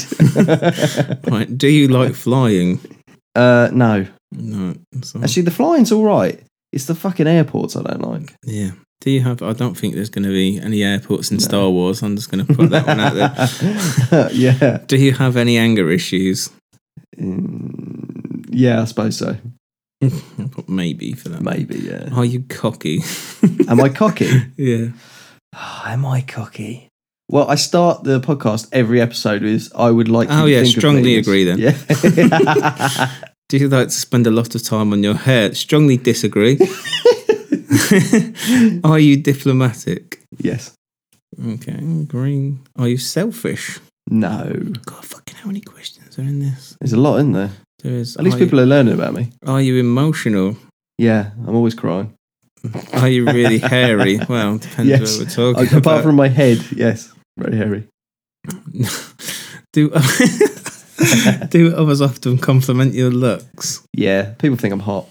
[SPEAKER 3] right. Do you like flying?
[SPEAKER 2] (laughs) uh, no,
[SPEAKER 3] No. so-
[SPEAKER 2] actually, the flying's all right. It's the fucking airports I don't like.
[SPEAKER 3] yeah. Do you have? I don't think there's going to be any airports in Star Wars. I'm just going to put that one out there.
[SPEAKER 2] (laughs) yeah,
[SPEAKER 3] Do you have any anger issues?
[SPEAKER 2] Mm, yeah, I suppose so.
[SPEAKER 3] I'll put maybe for that.
[SPEAKER 2] Maybe, yeah.
[SPEAKER 3] Are you cocky?
[SPEAKER 2] Am I cocky?
[SPEAKER 3] (laughs) yeah. Ah,
[SPEAKER 2] Am I cocky? Well, I start the podcast every episode with "I would like."
[SPEAKER 3] Oh,
[SPEAKER 2] you to
[SPEAKER 3] yeah,
[SPEAKER 2] think of
[SPEAKER 3] strongly
[SPEAKER 2] things."
[SPEAKER 3] agree then.
[SPEAKER 2] Yeah. (laughs)
[SPEAKER 3] Do you like to spend a lot of time on your hair? Strongly disagree. (laughs) Are you diplomatic?
[SPEAKER 2] yes.
[SPEAKER 3] Okay, green. Are you selfish?
[SPEAKER 2] No.
[SPEAKER 3] God, fucking how many questions are in this?
[SPEAKER 2] There's a lot in there.
[SPEAKER 3] There is.
[SPEAKER 2] At least
[SPEAKER 3] are
[SPEAKER 2] people are learning about me.
[SPEAKER 3] You, are you emotional?
[SPEAKER 2] Yeah, I'm always crying.
[SPEAKER 3] Are you really hairy? Well,
[SPEAKER 2] (laughs)
[SPEAKER 3] depends
[SPEAKER 2] Yes.
[SPEAKER 3] what we're
[SPEAKER 2] Uh,
[SPEAKER 3] talking
[SPEAKER 2] apart
[SPEAKER 3] about.
[SPEAKER 2] from my head, yes, very hairy.
[SPEAKER 3] do (laughs) do others often compliment your looks?
[SPEAKER 2] Yeah, people think I'm hot.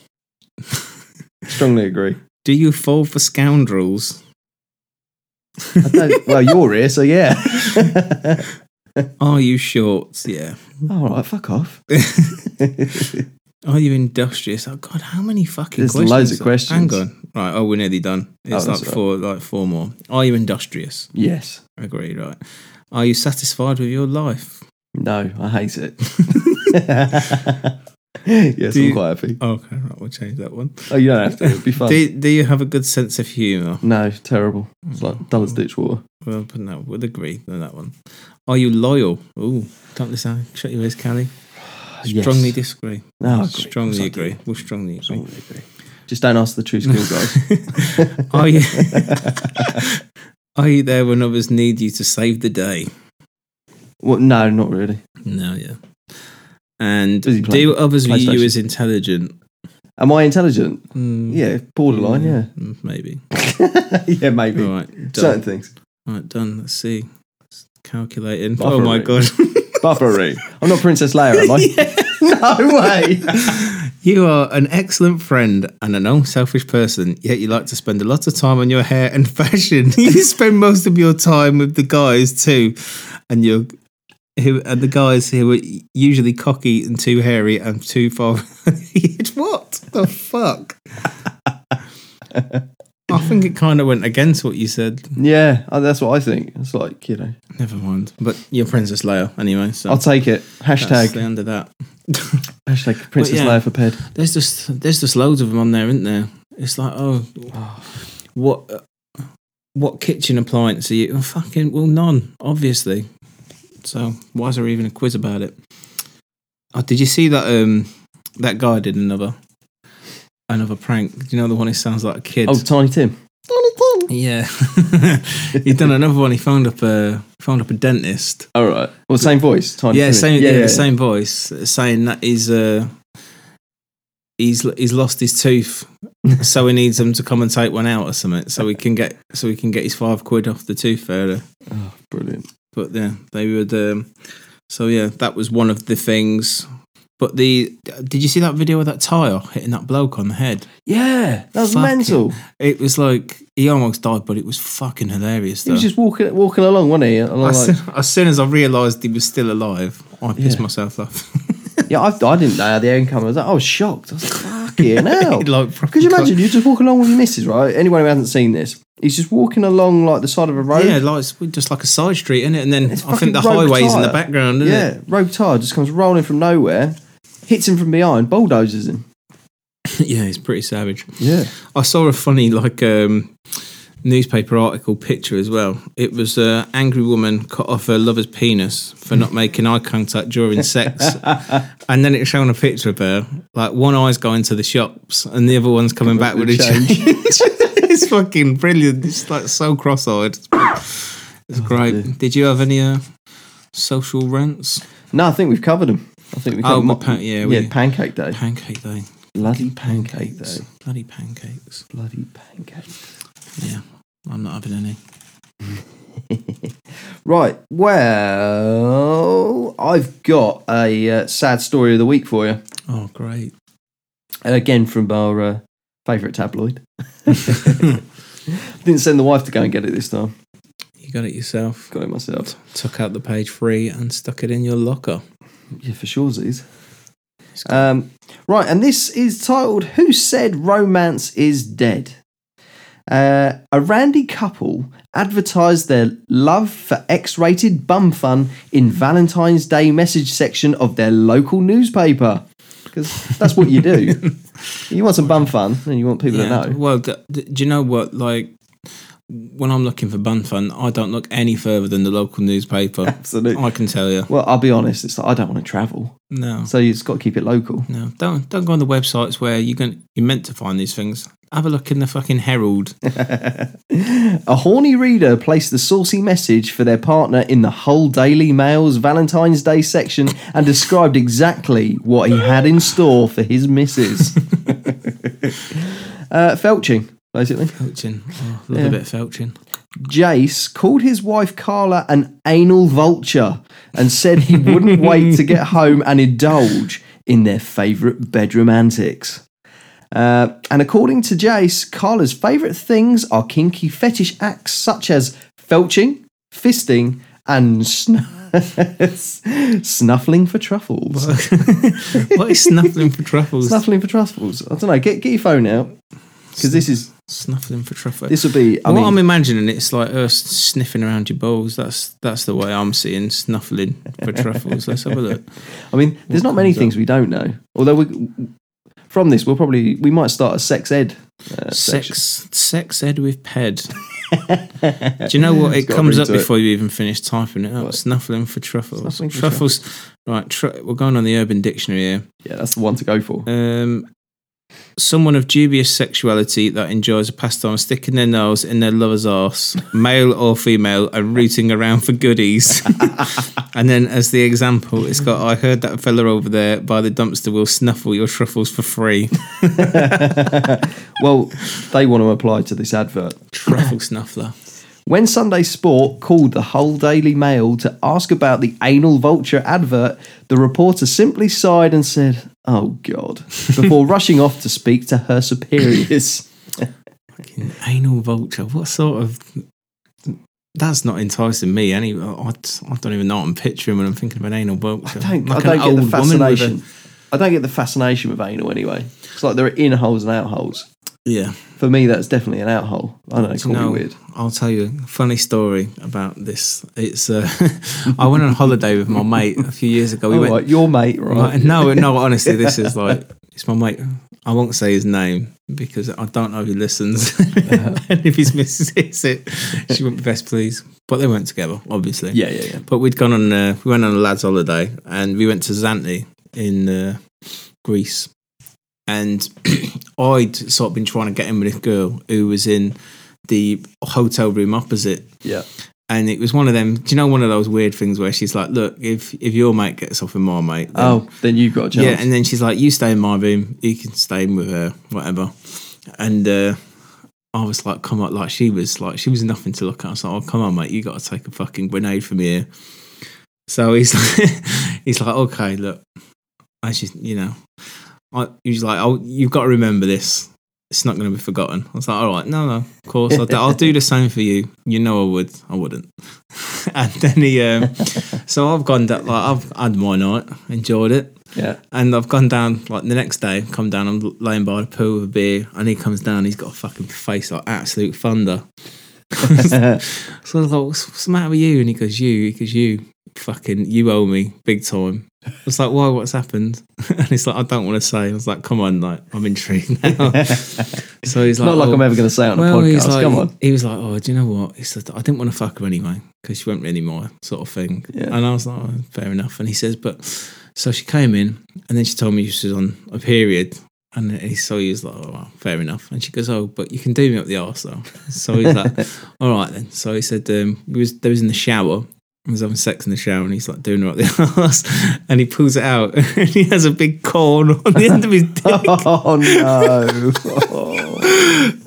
[SPEAKER 2] strongly agree.
[SPEAKER 3] Do you fall for scoundrels?
[SPEAKER 2] I don't, well, you're here, so yeah. (laughs)
[SPEAKER 3] Are you short? Yeah.
[SPEAKER 2] (laughs) All right, fuck off. (laughs)
[SPEAKER 3] Are you industrious? Oh God, how many fucking
[SPEAKER 2] There's
[SPEAKER 3] questions?
[SPEAKER 2] loads of questions.
[SPEAKER 3] Hang on. Right, oh we're nearly done. It's
[SPEAKER 2] Oh,
[SPEAKER 3] like
[SPEAKER 2] that's all
[SPEAKER 3] four like four more. Are you industrious?
[SPEAKER 2] yes.
[SPEAKER 3] Agree, right. Are you satisfied with your life?
[SPEAKER 2] No, I hate it. (laughs) yes,
[SPEAKER 3] Do
[SPEAKER 2] I'm
[SPEAKER 3] you-
[SPEAKER 2] quite happy.
[SPEAKER 3] Okay, right, we'll change that one.
[SPEAKER 2] Oh, you don't have to. It'd be (laughs) fun.
[SPEAKER 3] Do, do you have a good sense of humour?
[SPEAKER 2] no, terrible. It's like dull as ditch water.
[SPEAKER 3] Well, but no, would agree on that one. Are you loyal? Ooh, don't listen. Shut your ears, Callie. Strongly disagree.
[SPEAKER 2] No, I agree.
[SPEAKER 3] strongly
[SPEAKER 2] Yes, I do.
[SPEAKER 3] agree. We'll strongly agree.
[SPEAKER 2] Ah, Strongly agree. Just don't ask the true skill guys.
[SPEAKER 3] (laughs) Are you? (laughs) are you there when others need you to save the day?
[SPEAKER 2] (laughs) well, no, not really.
[SPEAKER 3] No, yeah. And
[SPEAKER 2] Busy playing
[SPEAKER 3] do others view you
[SPEAKER 2] PlayStation.
[SPEAKER 3] as intelligent?
[SPEAKER 2] Am I intelligent?
[SPEAKER 3] Mm,
[SPEAKER 2] Yeah, borderline. Yeah, (laughs)
[SPEAKER 3] mm, maybe.
[SPEAKER 2] yeah, maybe.
[SPEAKER 3] All right,
[SPEAKER 2] Certain
[SPEAKER 3] done.
[SPEAKER 2] things.
[SPEAKER 3] Right, done. Let's see. It's Calculating.
[SPEAKER 2] Buffer
[SPEAKER 3] oh my
[SPEAKER 2] rate.
[SPEAKER 3] god, (laughs)
[SPEAKER 2] Buffery. I'm not Princess Leia, am I? (laughs) no way.
[SPEAKER 3] you are an excellent friend and an unselfish person. Yet you like to spend a lot of time on your hair
[SPEAKER 2] (laughs)
[SPEAKER 3] and (laughs) fashion. you spend most of your time with the guys too, and you're. Who and the guys who are usually cocky and too hairy and too far? (laughs) what
[SPEAKER 2] (laughs)
[SPEAKER 3] the fuck? I think it kind of went against what you said.
[SPEAKER 2] Yeah, oh, that's what I think. It's like you know,
[SPEAKER 3] Never mind. But you're Princess Leia anyway, so
[SPEAKER 2] I'll take it.
[SPEAKER 3] that's
[SPEAKER 2] Hashtag
[SPEAKER 3] the end of that. (laughs)
[SPEAKER 2] hashtag Princess
[SPEAKER 3] yeah.
[SPEAKER 2] Leia for ped.
[SPEAKER 3] There's just there's just loads of them on there, isn't there? It's like oh, what uh, what kitchen appliance are you? Oh, fucking well, none, obviously. So why is there even a quiz about it? Oh, did you see that um that guy did another another prank? Do you know the one who sounds like a kid?
[SPEAKER 2] Oh, Tiny Tim.
[SPEAKER 3] yeah. (laughs) he done another one. He phoned up a phoned up a dentist.
[SPEAKER 2] All right. Well, same voice. Tiny
[SPEAKER 3] yeah,
[SPEAKER 2] Tim.
[SPEAKER 3] same, yeah, same voice, uh, saying that he's uh, he's he's lost his
[SPEAKER 2] (laughs)
[SPEAKER 3] tooth, so he needs them to come and take one out or something, so he can get so he can get his five quid off the tooth fairy.
[SPEAKER 2] Oh, brilliant.
[SPEAKER 3] But yeah, they would. Um, so yeah, that was one of the things. But the did you see that video of that tile hitting that bloke on the head?
[SPEAKER 2] Yeah, that was
[SPEAKER 3] Fuck
[SPEAKER 2] mental.
[SPEAKER 3] It was like he almost died, but it was fucking hilarious.
[SPEAKER 2] He
[SPEAKER 3] Though.
[SPEAKER 2] was just walking walking along, wasn't he? And I'm
[SPEAKER 3] as,
[SPEAKER 2] like,
[SPEAKER 3] soon, as soon as I realised he was still alive, I pissed myself off.
[SPEAKER 2] yeah, I, I didn't know how the income was. I was shocked. I was like,
[SPEAKER 3] (laughs)
[SPEAKER 2] fucking hell.
[SPEAKER 3] He'd, like, proper
[SPEAKER 2] Could you
[SPEAKER 3] cut-
[SPEAKER 2] imagine? You're just walking along with your missus, right? Anyone who hasn't seen this, he's just walking along like the side of a road.
[SPEAKER 3] Yeah, like it's just like a side street, isn't it? And then
[SPEAKER 2] It's
[SPEAKER 3] I
[SPEAKER 2] fucking
[SPEAKER 3] think the
[SPEAKER 2] road
[SPEAKER 3] highway's in the
[SPEAKER 2] tire.
[SPEAKER 3] background, isn't (laughs)
[SPEAKER 2] yeah, rogue tire just comes rolling from nowhere, hits him from behind, bulldozers him.
[SPEAKER 3] it? yeah, it's pretty savage.
[SPEAKER 2] Yeah.
[SPEAKER 3] I saw a funny like um newspaper article picture as well. It was an angry woman cut off her lover's penis for not making eye contact during
[SPEAKER 2] (laughs)
[SPEAKER 3] sex. and then it's shown a picture of her, like one eye's going to the shops and the other one's coming back with a change. (laughs) it's fucking brilliant. It's like so cross eyed.
[SPEAKER 2] Oh,
[SPEAKER 3] It's great. Did you have any uh, social rants?
[SPEAKER 2] No, I think we've covered them. I think we
[SPEAKER 3] Oh,
[SPEAKER 2] covered
[SPEAKER 3] my
[SPEAKER 2] mo-
[SPEAKER 3] pan- yeah,
[SPEAKER 2] yeah,
[SPEAKER 3] we-
[SPEAKER 2] pancake day.
[SPEAKER 3] Pancake day.
[SPEAKER 2] Bloody pancake day.
[SPEAKER 3] Bloody pancakes.
[SPEAKER 2] Bloody pancakes.
[SPEAKER 3] Yeah, I'm not having any.
[SPEAKER 2] Right. Well, I've got a uh, sad story of the week for you.
[SPEAKER 3] Oh, great.
[SPEAKER 2] Again, from our uh, favourite tabloid. (laughs) Didn't send the wife to go and get it this time.
[SPEAKER 3] You got it yourself.
[SPEAKER 2] Got it myself.
[SPEAKER 3] Took out the page three and stuck it in your locker.
[SPEAKER 2] Yeah, for sure, Z's. Um, right, and this is titled Who Said Romance is Dead? Uh, a randy couple advertised their love for X rated bum fun in Valentine's Day message section of their local newspaper. Because that's what you do. you want some bum fun, and you want people to know.
[SPEAKER 3] Well, d- d- do you know what? Like, when I'm looking for bun fun, I don't look any further than the local newspaper.
[SPEAKER 2] (laughs) Absolutely.
[SPEAKER 3] I can tell you.
[SPEAKER 2] Well, I'll be honest, it's like I don't want to travel.
[SPEAKER 3] No,
[SPEAKER 2] So you've got to keep it local.
[SPEAKER 3] no, don't don't go on the websites where you can you're meant to find these things. Have a look in the
[SPEAKER 2] (laughs)
[SPEAKER 3] fucking Herald.
[SPEAKER 2] A horny reader placed the saucy message for their partner in the whole Daily Mail's Valentine's Day section and described exactly what he had in store for his missus. uh, felching, basically.
[SPEAKER 3] Felching, oh, love a bit of felching.
[SPEAKER 2] Jace called his wife Carla an anal vulture and said he wouldn't wait to get home and indulge in their favourite bedroom antics. Uh, and according to Jace, Carla's favourite things are kinky fetish acts such as felching, fisting, and sn- (laughs) snuffling for truffles.
[SPEAKER 3] what is snuffling for truffles?
[SPEAKER 2] Snuffling for truffles. I don't know. Get get your phone out because this is
[SPEAKER 3] snuffling for truffles.
[SPEAKER 2] this will be. I
[SPEAKER 3] what
[SPEAKER 2] mean,
[SPEAKER 3] I'm imagining it's like her sniffing around your balls. That's that's the way I'm seeing snuffling for truffles. Let's have
[SPEAKER 2] (laughs)
[SPEAKER 3] a look.
[SPEAKER 2] I mean, there's not many
[SPEAKER 3] comes
[SPEAKER 2] things we don't know. Although we, from this, we'll probably we might start a sex ed uh, section.
[SPEAKER 3] Sex, sex ed with ped. Do you
[SPEAKER 2] (laughs)
[SPEAKER 3] know what? It
[SPEAKER 2] got
[SPEAKER 3] comes
[SPEAKER 2] ring
[SPEAKER 3] up
[SPEAKER 2] to it.
[SPEAKER 3] before you even finish typing it up. Snuffling for truffles.
[SPEAKER 2] Snuffling for
[SPEAKER 3] truffles. Right, tr- we're going on the Urban Dictionary here.
[SPEAKER 2] Yeah, that's the one to go for.
[SPEAKER 3] Um, someone of dubious sexuality that enjoys a pastime sticking their nose in their
[SPEAKER 2] (laughs)
[SPEAKER 3] lover's arse, male or female, and rooting around
[SPEAKER 2] (laughs)
[SPEAKER 3] for goodies. and then, as the example, it's got I heard that fella over there by the dumpster will snuffle your truffles for free.
[SPEAKER 2] Well, they want to apply to this advert. (laughs)
[SPEAKER 3] Truffle snuffler.
[SPEAKER 2] When Sunday Sport called the whole Daily Mail to ask about the anal vulture advert, the reporter simply sighed and said, "Oh
[SPEAKER 3] (laughs)
[SPEAKER 2] God," before rushing off to speak to her superiors.
[SPEAKER 3] Fucking anal vulture. What sort of. That's not enticing me. Any, I, I don't even know what I'm picturing when I'm thinking of an anal vulture.
[SPEAKER 2] I don't,
[SPEAKER 3] (laughs) Like
[SPEAKER 2] I
[SPEAKER 3] an
[SPEAKER 2] don't get the
[SPEAKER 3] old woman with a-
[SPEAKER 2] fascination. I don't get the fascination with anal anyway. It's like there are in holes and out holes.
[SPEAKER 3] Yeah.
[SPEAKER 2] For me, that's definitely an out hole. I don't know, call me weird.
[SPEAKER 3] I'll tell you a funny story about this. It's uh, (laughs) I went on holiday with my mate a few years ago. We
[SPEAKER 2] All
[SPEAKER 3] Oh, went.
[SPEAKER 2] Oh,
[SPEAKER 3] (laughs)
[SPEAKER 2] right, your mate, right?
[SPEAKER 3] Like, no, no. Honestly, this is like it's my mate. I won't say his name because I don't know who
[SPEAKER 2] (laughs)
[SPEAKER 3] listens. (laughs) and if his missus hears it, she wouldn't be best pleased. But they weren't together, obviously.
[SPEAKER 2] Yeah, yeah, yeah.
[SPEAKER 3] But we'd gone on. Uh, we went on a lads' holiday, and we went to Zante in uh, Greece. And (clears throat) I'd sort of been trying to get in with this girl who was in the hotel room opposite
[SPEAKER 2] Yeah.
[SPEAKER 3] and it was one of them. Do you know one of those weird things where she's like, "Look, if if your mate gets off with my mate, then,
[SPEAKER 2] Oh, then you've got a chance.
[SPEAKER 3] yeah," and then she's like, "You stay in my room. You can stay in with her, whatever." And uh, I was like, "Come on!" Like she was like she was nothing to look at. I was like, "Oh, come on, mate, you got to take a fucking grenade from here." So he's (laughs) like, he's like, "Okay, look, I just you know, I, he's like, oh, you've got to remember this." It's not going to be forgotten. I was like, all right, no, no, of course, I'll, do- I'll do the same for you. You know, I would, I wouldn't. (laughs) and then he, um, so I've gone, that like, I've had my night, enjoyed it.
[SPEAKER 2] (laughs)
[SPEAKER 3] (laughs)
[SPEAKER 2] yeah.
[SPEAKER 3] And I've gone down like the next day, come down, I'm laying by the pool with a beer, and he comes down, he's got a fucking face like absolute thunder. So I was like, what's, what's the matter with you? And he goes, you, because you fucking, you owe me big time. I was like, why, what's happened? (laughs) And he's like, I don't want to say. I was like, come on, like, I'm intrigued
[SPEAKER 2] (laughs)
[SPEAKER 3] now. so he's like,
[SPEAKER 2] Not like
[SPEAKER 3] "Oh."
[SPEAKER 2] I'm ever going to say it on a
[SPEAKER 3] well,
[SPEAKER 2] podcast.
[SPEAKER 3] He's like,
[SPEAKER 2] Come on.
[SPEAKER 3] He was like, oh, do you know what? He said, I didn't want to fuck her anyway because she won't really my sort of thing.
[SPEAKER 2] Yeah.
[SPEAKER 3] And I was like, oh, fair enough. And he says, but so she came in and then she told me she was on a period. And he, so he was like, oh, well, fair enough. And she goes, oh, but you can do me up the arse though. So he's
[SPEAKER 2] (laughs)
[SPEAKER 3] like, all right then. So he said, um, we was, they was in the shower. He was having sex in the shower and he's like doing her up the (laughs) arse and he pulls it out (laughs) and he has a big corn on the end of
[SPEAKER 2] (laughs)
[SPEAKER 3] his dick.
[SPEAKER 2] Oh, no. (laughs) Oh.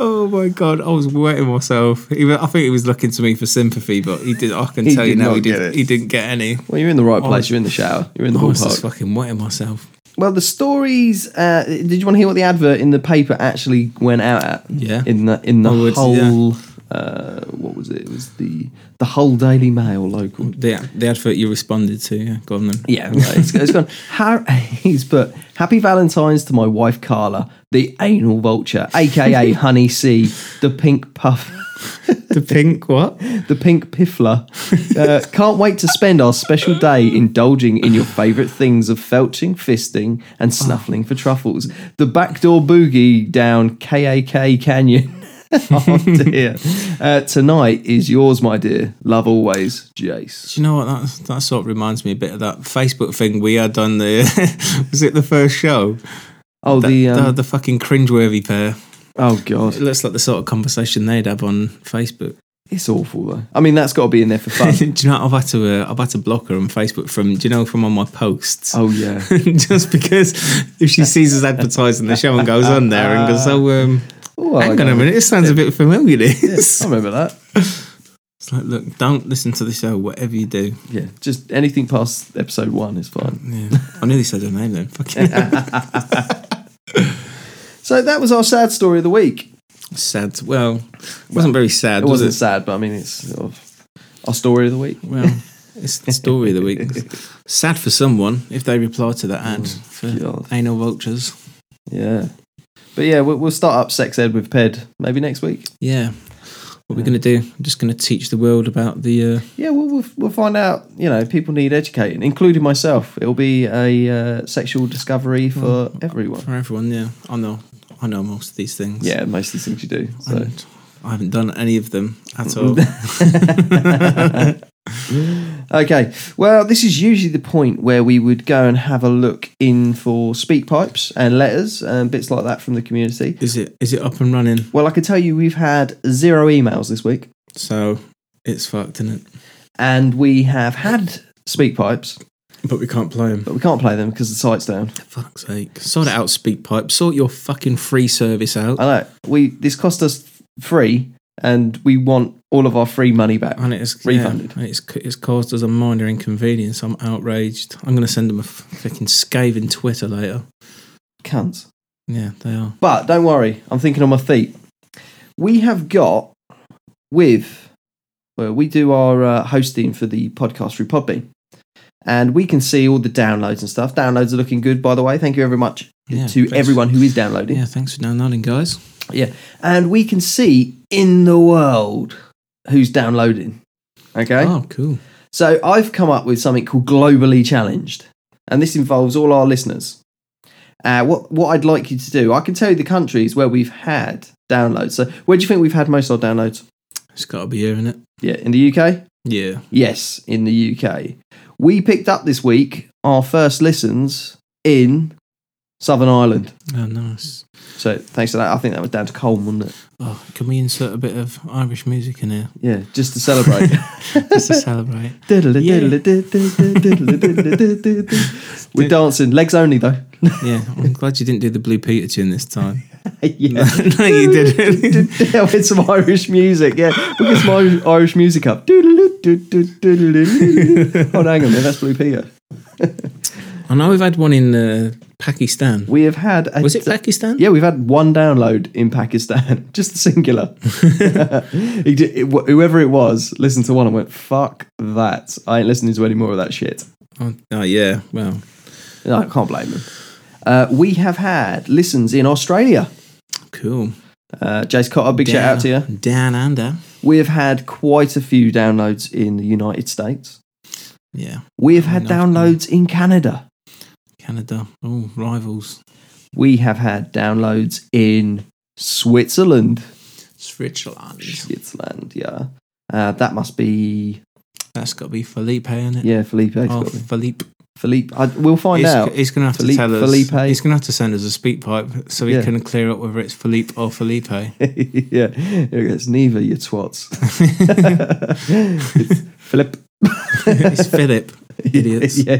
[SPEAKER 3] Oh my god, I was wetting myself. He, wa- I think he was looking to me for sympathy, but he did. I can
[SPEAKER 2] (laughs) He
[SPEAKER 3] tell you
[SPEAKER 2] did
[SPEAKER 3] now,
[SPEAKER 2] not
[SPEAKER 3] he
[SPEAKER 2] get
[SPEAKER 3] did.
[SPEAKER 2] it.
[SPEAKER 3] He didn't get any.
[SPEAKER 2] Well, you're in the right place. You're in the shower. You're in the
[SPEAKER 3] I was Oh. just
[SPEAKER 2] ballpark.
[SPEAKER 3] fucking wetting myself.
[SPEAKER 2] Well, the stories. Uh, did you want to hear what the advert in the paper actually went out at?
[SPEAKER 3] Yeah. Oh,
[SPEAKER 2] In the in the
[SPEAKER 3] I would,
[SPEAKER 2] whole. Uh, what was it? It was the the whole Daily Mail local.
[SPEAKER 3] The the advert you responded to, yeah, go
[SPEAKER 2] (laughs)
[SPEAKER 3] on then.
[SPEAKER 2] Yeah, right. it's, it's
[SPEAKER 3] (laughs)
[SPEAKER 2] gone. Har- he's put Happy Valentine's to my wife Carla, the anal vulture,
[SPEAKER 3] (laughs)
[SPEAKER 2] aka Honey C, the pink puff,
[SPEAKER 3] The pink what?
[SPEAKER 2] the pink piffler. Uh, can't wait to spend our special day indulging in your favourite things of felching, fisting, and snuffling for truffles. The backdoor boogie down KAK Canyon. (laughs) oh dear. Uh, tonight is yours, my dear. Love always, Jace.
[SPEAKER 3] Do you know what? That that sort of reminds me a bit of that Facebook thing we had on the. (laughs) was it the first show?
[SPEAKER 2] Oh,
[SPEAKER 3] That,
[SPEAKER 2] the,
[SPEAKER 3] the,
[SPEAKER 2] um,
[SPEAKER 3] the fucking cringeworthy pair.
[SPEAKER 2] oh god.
[SPEAKER 3] It looks like the sort of conversation they'd have
[SPEAKER 2] (laughs)
[SPEAKER 3] on Facebook.
[SPEAKER 2] It's awful though. I mean, that's got to be in there for
[SPEAKER 3] (laughs) do
[SPEAKER 2] fun.
[SPEAKER 3] you know? what? I've had to uh, I've had to block her on Facebook from. Do you know from on my posts?
[SPEAKER 2] oh yeah.
[SPEAKER 3] (laughs) just because if she sees us advertising the show and goes on there and goes, oh, um,
[SPEAKER 2] Oh, I
[SPEAKER 3] hang
[SPEAKER 2] like
[SPEAKER 3] on a
[SPEAKER 2] that.
[SPEAKER 3] minute, this sounds a bit familiar. This.
[SPEAKER 2] I remember that.
[SPEAKER 3] (laughs) It's like, look, don't listen to the show, whatever you do.
[SPEAKER 2] Yeah, just anything past episode one is fine.
[SPEAKER 3] Yeah. I nearly said her name
[SPEAKER 2] (laughs)
[SPEAKER 3] then. Fucking hell.
[SPEAKER 2] So that was our sad story of the week.
[SPEAKER 3] sad. Well, it wasn't very
[SPEAKER 2] It
[SPEAKER 3] sad, was
[SPEAKER 2] wasn't
[SPEAKER 3] it?
[SPEAKER 2] sad, but I mean, it's sort of our story of the week.
[SPEAKER 3] Well, it's the story of
[SPEAKER 2] (laughs)
[SPEAKER 3] the week. sad for someone if they reply to that ad
[SPEAKER 2] Mm.
[SPEAKER 3] for
[SPEAKER 2] God.
[SPEAKER 3] anal vultures.
[SPEAKER 2] Yeah, but yeah, we'll, we'll start up sex ed with Ped maybe next week.
[SPEAKER 3] Yeah. What we're going to do, I'm just going to teach the world about the. Uh,
[SPEAKER 2] Yeah, we'll, we'll we'll find out. You know, people need educating, including myself. It'll be a uh, sexual discovery for
[SPEAKER 3] Mm.
[SPEAKER 2] everyone.
[SPEAKER 3] for everyone, yeah. I know. I know most of these things.
[SPEAKER 2] Yeah, most of these things you do. So.
[SPEAKER 3] And I haven't done any of them
[SPEAKER 2] (laughs)
[SPEAKER 3] at all.
[SPEAKER 2] Okay. Well, this is usually the point where we would go and have a look in for speak pipes and letters and bits like that from the community.
[SPEAKER 3] is it is it up and running?
[SPEAKER 2] Well, I can tell you we've had zero emails this week
[SPEAKER 3] So it's fucked, isn't it?
[SPEAKER 2] and we have had speak pipes,
[SPEAKER 3] But we can't play them.
[SPEAKER 2] but we can't play them because the site's down.
[SPEAKER 3] Fuck's sake! Sort it out, Speakpipe. Sort your fucking free service out,
[SPEAKER 2] I know. We this cost us free and we want all of our free money back.
[SPEAKER 3] and it's
[SPEAKER 2] Refunded.
[SPEAKER 3] Yeah, and it's it's caused us a minor inconvenience. I'm outraged. I'm going to send them a fucking scathing Twitter later.
[SPEAKER 2] Cunts.
[SPEAKER 3] Yeah, they are.
[SPEAKER 2] But don't worry, I'm thinking on my feet. We have got with well, we do our uh, hosting for the podcast through Podbean, and we can see all the downloads and stuff. Downloads are looking good, by the way. Thank you very much
[SPEAKER 3] Yeah,
[SPEAKER 2] to
[SPEAKER 3] thanks.
[SPEAKER 2] everyone who is downloading.
[SPEAKER 3] Yeah, thanks for downloading, guys.
[SPEAKER 2] yeah, and we can see in the world who's downloading. Okay,
[SPEAKER 3] Oh, cool.
[SPEAKER 2] so I've come up with something called Globally Challenged, and this involves all our listeners. Uh, what what I'd like you to do, I can tell you the countries where we've had downloads. So where do you think we've had most of our downloads?
[SPEAKER 3] It's got to be here, isn't it?
[SPEAKER 2] Yeah, in the UK.
[SPEAKER 3] Yeah.
[SPEAKER 2] Yes, in the UK. We picked up this week our first listens in Southern Ireland.
[SPEAKER 3] Oh, nice.
[SPEAKER 2] So thanks to that, I think that was down to Colm, wasn't it?
[SPEAKER 3] Oh, can we insert a bit of Irish music in here
[SPEAKER 2] Yeah, just to celebrate.
[SPEAKER 3] just to celebrate?
[SPEAKER 2] We're dancing, legs only though.
[SPEAKER 3] Yeah, I'm glad you didn't do the Blue Peter tune this time.
[SPEAKER 2] (laughs) yeah.
[SPEAKER 3] no, you didn't.
[SPEAKER 2] (laughs) yeah, with some Irish music. Yeah, we get some Irish, Irish music up. Doodaloo, doodaloo,
[SPEAKER 3] (laughs)
[SPEAKER 2] doodaloo. Hold on, hang on, there, that's Blue Peter.
[SPEAKER 3] I know we've had one in uh, Pakistan.
[SPEAKER 2] We have had a
[SPEAKER 3] Was it Pakistan?
[SPEAKER 2] Yeah, we've had one download in Pakistan, (laughs) just the
[SPEAKER 3] (laughs)
[SPEAKER 2] singular. He did- it- wh- whoever it was listened to one and went, "Fuck that! I ain't listening to any more of that shit."
[SPEAKER 3] Oh, oh, yeah. Well,
[SPEAKER 2] And I can't blame him. Uh, we have had listens in Australia.
[SPEAKER 3] cool.
[SPEAKER 2] Uh, Jace Cotter, big shout out to you.
[SPEAKER 3] Dan Ander.
[SPEAKER 2] we have had quite a few downloads in the United States.
[SPEAKER 3] Yeah.
[SPEAKER 2] We have had
[SPEAKER 3] Enough.
[SPEAKER 2] downloads in Canada.
[SPEAKER 3] Canada. Oh, rivals.
[SPEAKER 2] We have had downloads in Switzerland.
[SPEAKER 3] Switzerland.
[SPEAKER 2] Switzerland, yeah. Uh, that must be
[SPEAKER 3] That's got to be Felipe, isn't it?
[SPEAKER 2] yeah, Felipe. it's
[SPEAKER 3] Oh,
[SPEAKER 2] got to be.
[SPEAKER 3] Felipe.
[SPEAKER 2] Felipe, I, we'll find
[SPEAKER 3] he's,
[SPEAKER 2] out.
[SPEAKER 3] He's gonna have
[SPEAKER 2] Felipe-
[SPEAKER 3] to tell us.
[SPEAKER 2] Felipe.
[SPEAKER 3] He's gonna have to send us a speak pipe so he
[SPEAKER 2] Yeah.
[SPEAKER 3] can clear up whether it's Felipe or Felipe.
[SPEAKER 2] (laughs)
[SPEAKER 3] (laughs)
[SPEAKER 2] yeah, it's neither you twats.
[SPEAKER 3] it's
[SPEAKER 2] it's Philip.
[SPEAKER 3] Philip. (laughs) Idiots.
[SPEAKER 2] (laughs) yeah.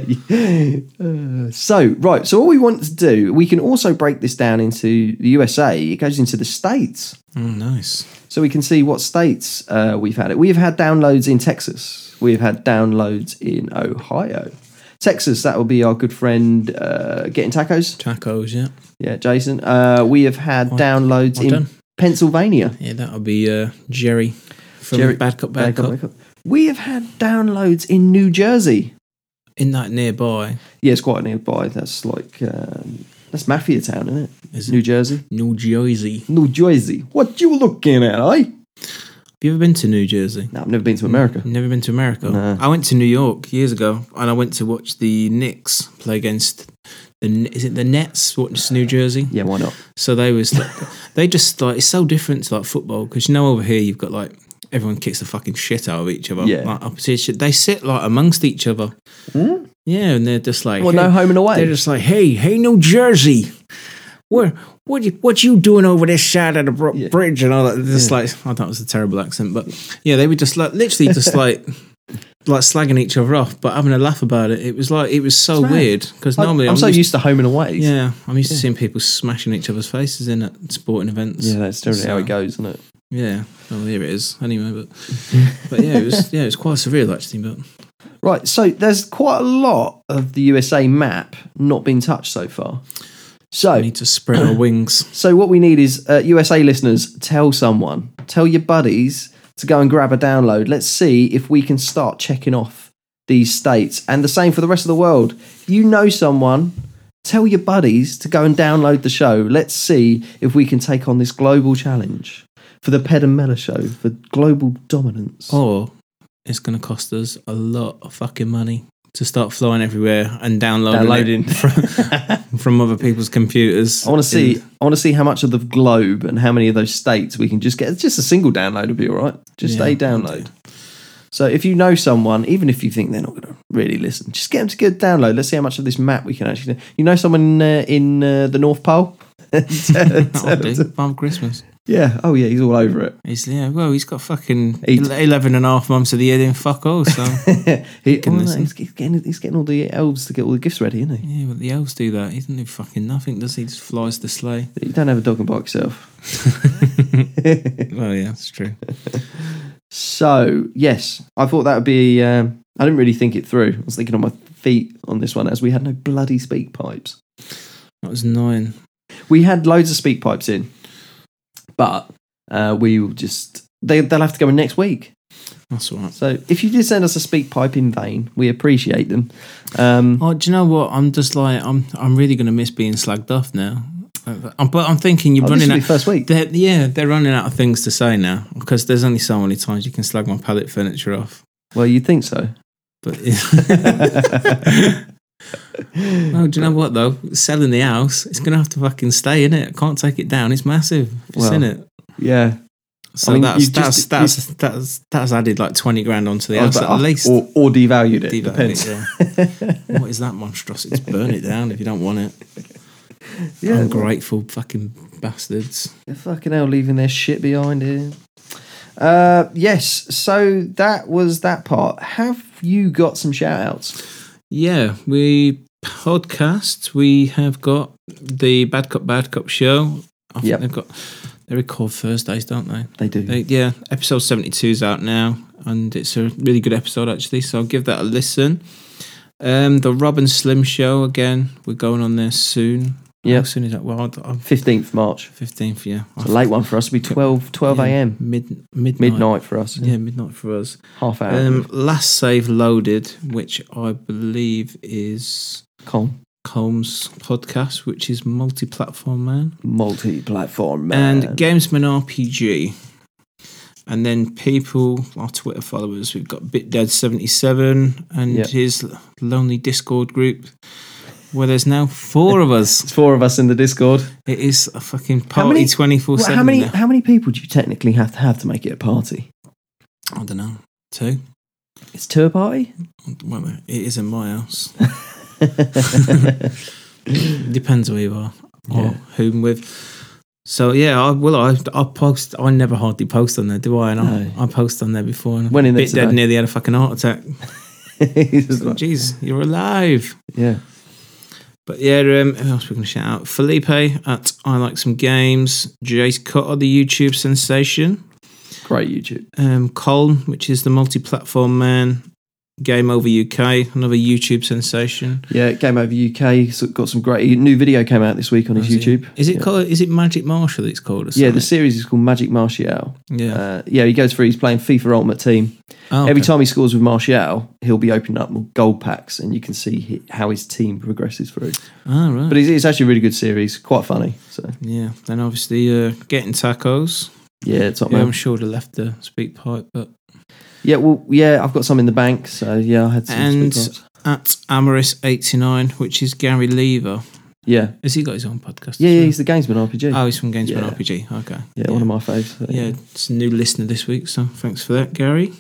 [SPEAKER 2] Uh, so right. So what we want to do, we can also break this down into the USA. It goes into the states,
[SPEAKER 3] Oh, nice.
[SPEAKER 2] so we can see what states uh, we've had it. We've had downloads in Texas. We've had downloads in Ohio. Texas, that will be our good friend uh, Getting Tacos.
[SPEAKER 3] Tacos, yeah.
[SPEAKER 2] Yeah, Jason. Uh, we have had
[SPEAKER 3] Well-
[SPEAKER 2] downloads
[SPEAKER 3] well
[SPEAKER 2] in
[SPEAKER 3] done.
[SPEAKER 2] Pennsylvania.
[SPEAKER 3] Yeah, that'll be uh, Jerry from
[SPEAKER 2] Jerry-
[SPEAKER 3] Bad Cop
[SPEAKER 2] Bad
[SPEAKER 3] Bad,
[SPEAKER 2] Cop,
[SPEAKER 3] Cop.
[SPEAKER 2] Bad Cop. We have had downloads in New Jersey.
[SPEAKER 3] In that nearby
[SPEAKER 2] Yeah, it's quite nearby. That's like um, that's Mafia Town, isn't it?
[SPEAKER 3] is
[SPEAKER 2] New
[SPEAKER 3] New,
[SPEAKER 2] Jersey.
[SPEAKER 3] New Jersey.
[SPEAKER 2] New Jersey. What you looking at, eh?
[SPEAKER 3] Have you ever been to New Jersey?
[SPEAKER 2] No, I've never been
[SPEAKER 3] Hmm.
[SPEAKER 2] to America.
[SPEAKER 3] Never been to America.
[SPEAKER 2] No.
[SPEAKER 3] I went to New York years ago, and I went to watch the Knicks play against the Kn- is it the Nets? Watch New Jersey.
[SPEAKER 2] Yeah, why not?
[SPEAKER 3] So they was like, (laughs) they just like it's so different to like football because you know over here you've got like everyone kicks the fucking shit out of each other.
[SPEAKER 2] Yeah. Hmm?
[SPEAKER 3] Like opposition, they sit like amongst each other. Yeah, and they're just like
[SPEAKER 2] Well, no
[SPEAKER 3] "Hey,"
[SPEAKER 2] home and away.
[SPEAKER 3] They're just like, hey, hey, New Jersey, where what you, what you doing over this side of the bro- bridge and all that? Just like I thought it was a terrible accent, but yeah, they were just like
[SPEAKER 2] (laughs)
[SPEAKER 3] literally just like. Like slagging each other off, but having a laugh about it. It was like it was so
[SPEAKER 2] mad.
[SPEAKER 3] weird because
[SPEAKER 2] I,
[SPEAKER 3] normally
[SPEAKER 2] am so used to home and away.
[SPEAKER 3] yeah, I'm used to seeing people smashing each other's faces in at sporting events.
[SPEAKER 2] yeah, that's generally how
[SPEAKER 3] So,
[SPEAKER 2] it goes, isn't it?
[SPEAKER 3] Yeah, well, here it is. Anyway,
[SPEAKER 2] (laughs)
[SPEAKER 3] but but yeah, it was yeah, it was quite surreal actually. But
[SPEAKER 2] Right. So there's quite a lot of the USA map not been touched so far.
[SPEAKER 3] I
[SPEAKER 2] So,
[SPEAKER 3] need to spread
[SPEAKER 2] (coughs)
[SPEAKER 3] our wings.
[SPEAKER 2] so what we need is uh, USA listeners, tell someone, tell your buddies to go and grab a download. Let's see if we can start checking off these states, and the same for the rest of the world. If you know someone, tell your buddies to go and download the show. Let's see if we can take on this global challenge for the Ped and Mella show for global dominance.
[SPEAKER 3] Or it's going to cost us a lot of fucking money to start flying everywhere and downloading,
[SPEAKER 2] Downloading.
[SPEAKER 3] it
[SPEAKER 2] (laughs)
[SPEAKER 3] from, from other people's computers.
[SPEAKER 2] I want to see.
[SPEAKER 3] (laughs) In-
[SPEAKER 2] I want to see how much of the globe and how many of those states we can just get. Just a single download would be all right. Just
[SPEAKER 3] Yeah,
[SPEAKER 2] a
[SPEAKER 3] I'd
[SPEAKER 2] download. So if you know someone, even if you think they're not going to really listen, just get them to get a download. Let's see how much of this map we can actually. Do. You know someone uh, in uh, the North Pole?
[SPEAKER 3] That'll do. Father Christmas.
[SPEAKER 2] (laughs) yeah. Oh yeah, he's all over it.
[SPEAKER 3] He's, yeah, well, he's got fucking
[SPEAKER 2] Eight.
[SPEAKER 3] 11 and a half months of the year doing fuck all. So,
[SPEAKER 2] (laughs)
[SPEAKER 3] (laughs)
[SPEAKER 2] he, oh, no,
[SPEAKER 3] listen.
[SPEAKER 2] he's, he's getting, he's getting all the elves to get all the gifts ready, isn't he?
[SPEAKER 3] yeah, but the elves do that. He doesn't do fucking nothing, does he? Just flies the sleigh.
[SPEAKER 2] You don't have a dog and bark (laughs) yourself.
[SPEAKER 3] (laughs) Well, yeah, that's true.
[SPEAKER 2] So yes, I thought that would be. Um, I didn't really think it through. I was thinking on my feet on this one, as we had no bloody speak pipes.
[SPEAKER 3] That was annoying.
[SPEAKER 2] We had loads of speak pipes in, but uh, we will just they, they'll have to go in next week.
[SPEAKER 3] That's all right.
[SPEAKER 2] So if you did send us a speak pipe in vain, we appreciate them. Um,
[SPEAKER 3] Oh, do you know what? I'm just like I'm. I'm really gonna miss being slagged off now. I'm, but I'm thinking you're
[SPEAKER 2] oh, this
[SPEAKER 3] running
[SPEAKER 2] will be
[SPEAKER 3] out.
[SPEAKER 2] first week.
[SPEAKER 3] They're, yeah, they're running out of things to say now because there's only so many times you can slag my pallet furniture off.
[SPEAKER 2] Well, you'd think
[SPEAKER 3] (laughs)
[SPEAKER 2] so. (laughs)
[SPEAKER 3] But oh, do you know what though? Selling the house, it's gonna have to fucking stay in it. I can't take it down. It's massive. It's
[SPEAKER 2] Well,
[SPEAKER 3] in it.
[SPEAKER 2] Yeah,
[SPEAKER 3] So
[SPEAKER 2] I mean,
[SPEAKER 3] that's
[SPEAKER 2] you
[SPEAKER 3] that's,
[SPEAKER 2] just-
[SPEAKER 3] that's, that's that's added like twenty grand onto the house
[SPEAKER 2] Oh,
[SPEAKER 3] at
[SPEAKER 2] but-
[SPEAKER 3] least.
[SPEAKER 2] or, or devalued it.
[SPEAKER 3] Devalue
[SPEAKER 2] Depends.
[SPEAKER 3] it, (laughs) yeah. what is that monstrosity? Just burn it down if you don't (laughs) want it.
[SPEAKER 2] Yeah,
[SPEAKER 3] Ungrateful fucking bastards.
[SPEAKER 2] They're fucking hell leaving their shit behind here. Uh, yes, so that was that part. Have you got some shout outs?
[SPEAKER 3] Yeah, we podcast. We have got the Bad Cop Bad Cop show. I think
[SPEAKER 2] Yep.
[SPEAKER 3] they've got they record Thursdays, don't they?
[SPEAKER 2] They do.
[SPEAKER 3] They, yeah, episode seventy two is out now, and it's a really good episode actually. So give that a listen. Um, the Robin Slim show again. We're going on there soon.
[SPEAKER 2] Yeah.
[SPEAKER 3] How soon is that? Well, I'm
[SPEAKER 2] 15th March.
[SPEAKER 3] fifteenth. Yeah,
[SPEAKER 2] It's a late one for us. It'll be 12, 12
[SPEAKER 3] Yeah,
[SPEAKER 2] a.m.
[SPEAKER 3] Mid midnight.
[SPEAKER 2] Midnight for us.
[SPEAKER 3] Yeah, midnight for us.
[SPEAKER 2] Half hour.
[SPEAKER 3] Um, last save loaded, which I believe is
[SPEAKER 2] Con.
[SPEAKER 3] Combs' podcast, which is multi-platform man,
[SPEAKER 2] Multi platform, man.
[SPEAKER 3] and Gamesman RPG. And then people, our Twitter followers, we've got BitDead77 and
[SPEAKER 2] Yep.
[SPEAKER 3] his lonely Discord group, where there's now four of us.
[SPEAKER 2] It's four of us in the Discord.
[SPEAKER 3] It is a fucking
[SPEAKER 2] how many,
[SPEAKER 3] party twenty four
[SPEAKER 2] well,
[SPEAKER 3] seven.
[SPEAKER 2] How many? How many people do you technically have to have to make it a party?
[SPEAKER 3] I don't know. Two.
[SPEAKER 2] It's two a (laughs) party.
[SPEAKER 3] Wait a minute. It is in my house. Depends who you are or
[SPEAKER 2] Yeah.
[SPEAKER 3] whom with. So yeah, I will. I I post. I never hardly post on there, do I? And
[SPEAKER 2] No.
[SPEAKER 3] I, I post on there before. And
[SPEAKER 2] Went in there
[SPEAKER 3] bit dead
[SPEAKER 2] today.
[SPEAKER 3] nearly had a fucking heart attack.
[SPEAKER 2] It's just like-
[SPEAKER 3] Jeez, you're alive.
[SPEAKER 2] yeah.
[SPEAKER 3] But yeah, um, who else we can shout out? Felipe at I like some games. Jace Cutter, the YouTube sensation.
[SPEAKER 2] Great YouTube.
[SPEAKER 3] um, Colm, which is the multi-platform man. Game Over UK, another YouTube sensation.
[SPEAKER 2] Yeah, Game Over UK so got some great new video came out this week on his
[SPEAKER 3] Is it-
[SPEAKER 2] YouTube.
[SPEAKER 3] Is it
[SPEAKER 2] Yeah.
[SPEAKER 3] called? Is it Magic Marshall? It's called. Or
[SPEAKER 2] Yeah, the
[SPEAKER 3] something?
[SPEAKER 2] series is called Magic Martial.
[SPEAKER 3] yeah.
[SPEAKER 2] Uh, yeah, he goes through. He's playing FIFA Ultimate Team.
[SPEAKER 3] Oh,
[SPEAKER 2] Every
[SPEAKER 3] okay.
[SPEAKER 2] time he scores with Martial, he'll be opening up more gold packs, and you can see he, how his team progresses through.
[SPEAKER 3] Oh, right.
[SPEAKER 2] But it's, it's actually a really good series. Quite funny. So
[SPEAKER 3] yeah. Then obviously uh, getting tacos.
[SPEAKER 2] yeah, top
[SPEAKER 3] Yeah,
[SPEAKER 2] man.
[SPEAKER 3] I'm sure they left the speak pipe, but
[SPEAKER 2] Yeah, well, yeah, I've got some in the bank, so yeah, I had some.
[SPEAKER 3] And-
[SPEAKER 2] sweet ones.
[SPEAKER 3] at Amaris eighty nine, which is Gary Lever.
[SPEAKER 2] yeah,
[SPEAKER 3] Has he got his own podcast?
[SPEAKER 2] yeah, yeah,
[SPEAKER 3] as well?
[SPEAKER 2] he's the gamesman RPG.
[SPEAKER 3] Oh, he's from Gamesman
[SPEAKER 2] Yeah.
[SPEAKER 3] RPG. Okay.
[SPEAKER 2] yeah, one of my faves. So,
[SPEAKER 3] yeah, it's a new listener this week, so thanks for that, Gary.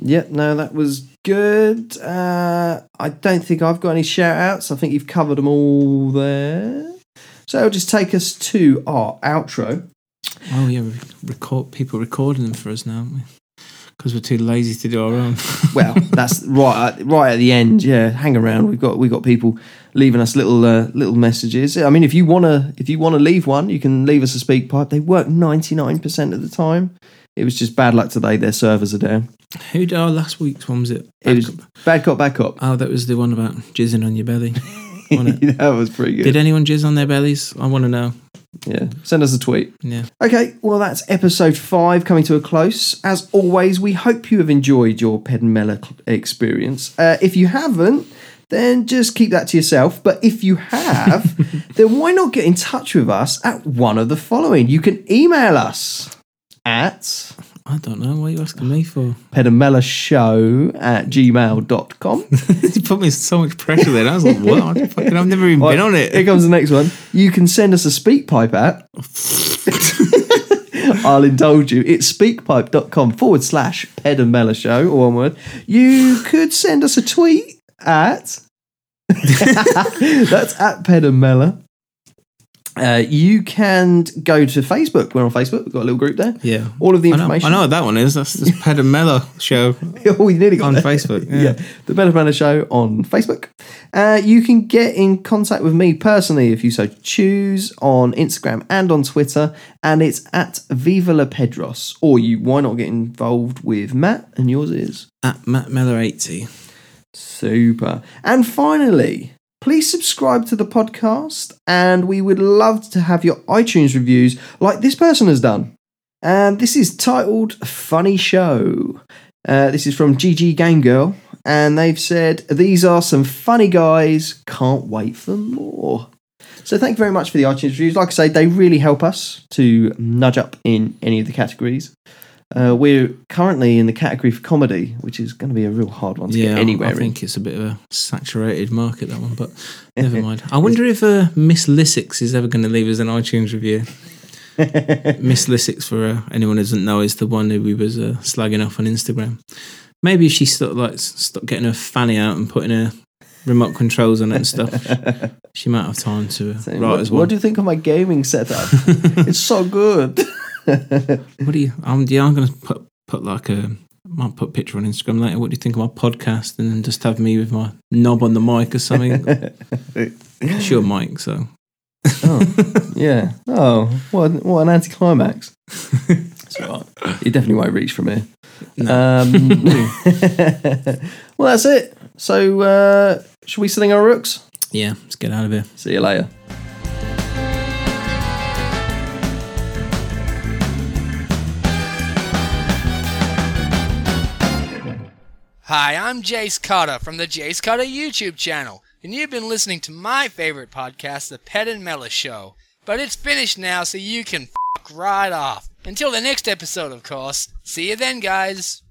[SPEAKER 2] yeah. No, that was good. Uh, I don't think I've got any shout outs. I think you've covered them all there. So it'll just take us to our outro.
[SPEAKER 3] Oh yeah, we record people recording them for us now, aren't we? Because we're too lazy to do our own.
[SPEAKER 2] (laughs)
[SPEAKER 3] (laughs)
[SPEAKER 2] Well, that's right, at, right at the end. Yeah, hang around. We've got we have got people leaving us little uh, little messages. I mean, if you wanna if you wanna leave one, you can leave us a speak pipe. They work ninety nine percent of the time. It was just bad luck today. Their servers are down.
[SPEAKER 3] Who did our last week's one was it?
[SPEAKER 2] It was bad cop, bad cop.
[SPEAKER 3] Oh, that was the one about jizzing on your
[SPEAKER 2] (laughs)
[SPEAKER 3] belly. wasn't it?
[SPEAKER 2] that was pretty good.
[SPEAKER 3] Did anyone jizz on their bellies? I want to know.
[SPEAKER 2] Yeah, send us a tweet.
[SPEAKER 3] Yeah.
[SPEAKER 2] Okay, well, that's episode five coming to a close. As always, we hope you have enjoyed your Pedmella experience. Uh, if you haven't, then just keep that to yourself. But if you have, then why not get in touch with us at one of the following? You can email us at
[SPEAKER 3] I don't know. What are you asking me for?
[SPEAKER 2] pedmelashow at gmail.com.
[SPEAKER 3] (laughs) you put me so much pressure there. I was like, what? I fucking, I've never even been on
[SPEAKER 2] Here
[SPEAKER 3] it.
[SPEAKER 2] comes the next one. You can send us a speak pipe
[SPEAKER 3] (laughs)
[SPEAKER 2] at. I'll indulge you. It's speakpipe.com forward slash pedamella show, or one word. You could send us a tweet at. (laughs) that's at pedamella. Uh, you can go to Facebook. We're on Facebook. We've got a little group there.
[SPEAKER 3] Yeah.
[SPEAKER 2] All of the
[SPEAKER 3] I know,
[SPEAKER 2] information. (laughs)
[SPEAKER 3] I know what that one is. That's this Pedamello show
[SPEAKER 2] Oh, you nearly got (laughs)
[SPEAKER 3] on
[SPEAKER 2] there.
[SPEAKER 3] Facebook.
[SPEAKER 2] Yeah.
[SPEAKER 3] Yeah.
[SPEAKER 2] the Better Manner Show on Facebook. Uh, you can get in contact with me personally if you so choose on Instagram and on Twitter, and it's at Viva La Pedros. Or you, why not get involved with Matt? And yours is
[SPEAKER 3] At Matt Miller 80.
[SPEAKER 2] super. And finally, please subscribe to the podcast, and we would love to have your iTunes reviews like this person has done. And this is titled Funny Show. Uh, this is from GG Game Girl, and they've said, These are some funny guys, can't wait for more. So, thank you very much for the iTunes reviews. Like I say, they really help us to nudge up in any of the categories. Uh, we're currently in the category for comedy, which is going to be a real hard one to
[SPEAKER 3] Yeah.
[SPEAKER 2] get
[SPEAKER 3] I-
[SPEAKER 2] anywhere
[SPEAKER 3] I
[SPEAKER 2] in.
[SPEAKER 3] think it's a bit of a saturated market,
[SPEAKER 2] (laughs)
[SPEAKER 3] that one, but never mind. I wonder if uh, Miss Lissix is ever going to leave us an
[SPEAKER 2] (laughs)
[SPEAKER 3] iTunes review. Miss Lissix, for uh, anyone who doesn't know, is the one who we was uh, slagging off on Instagram. Maybe if she stopped like stopped getting her fanny out and putting her remote controls on it
[SPEAKER 2] (laughs)
[SPEAKER 3] and stuff, she might have time to uh,
[SPEAKER 2] Saying,
[SPEAKER 3] write
[SPEAKER 2] what,
[SPEAKER 3] as
[SPEAKER 2] what
[SPEAKER 3] well.
[SPEAKER 2] do you think of my gaming setup? it's so
[SPEAKER 3] (laughs)
[SPEAKER 2] good.
[SPEAKER 3] What do you? I'm, yeah, I'm going to put put like a. Might put a picture on Instagram later. What do you think of my podcast? And then just have me with my knob on the mic
[SPEAKER 2] (laughs)
[SPEAKER 3] or something. sure, mic. So (laughs)
[SPEAKER 2] yeah. Oh, what, what an anticlimax. It's all right. You definitely won't reach from here. Um,
[SPEAKER 3] (laughs)
[SPEAKER 2] (laughs) well, that's it. So, uh, should we sling our rooks?
[SPEAKER 3] yeah, let's get out of here.
[SPEAKER 2] See you later.
[SPEAKER 4] Hi, I'm Jace Cotta from the Jace Cotta YouTube channel, and you've been listening to my favorite podcast, The Pet and Mella Show. But it's finished now, so you can f right off. Until the next episode, of course. See you then, guys.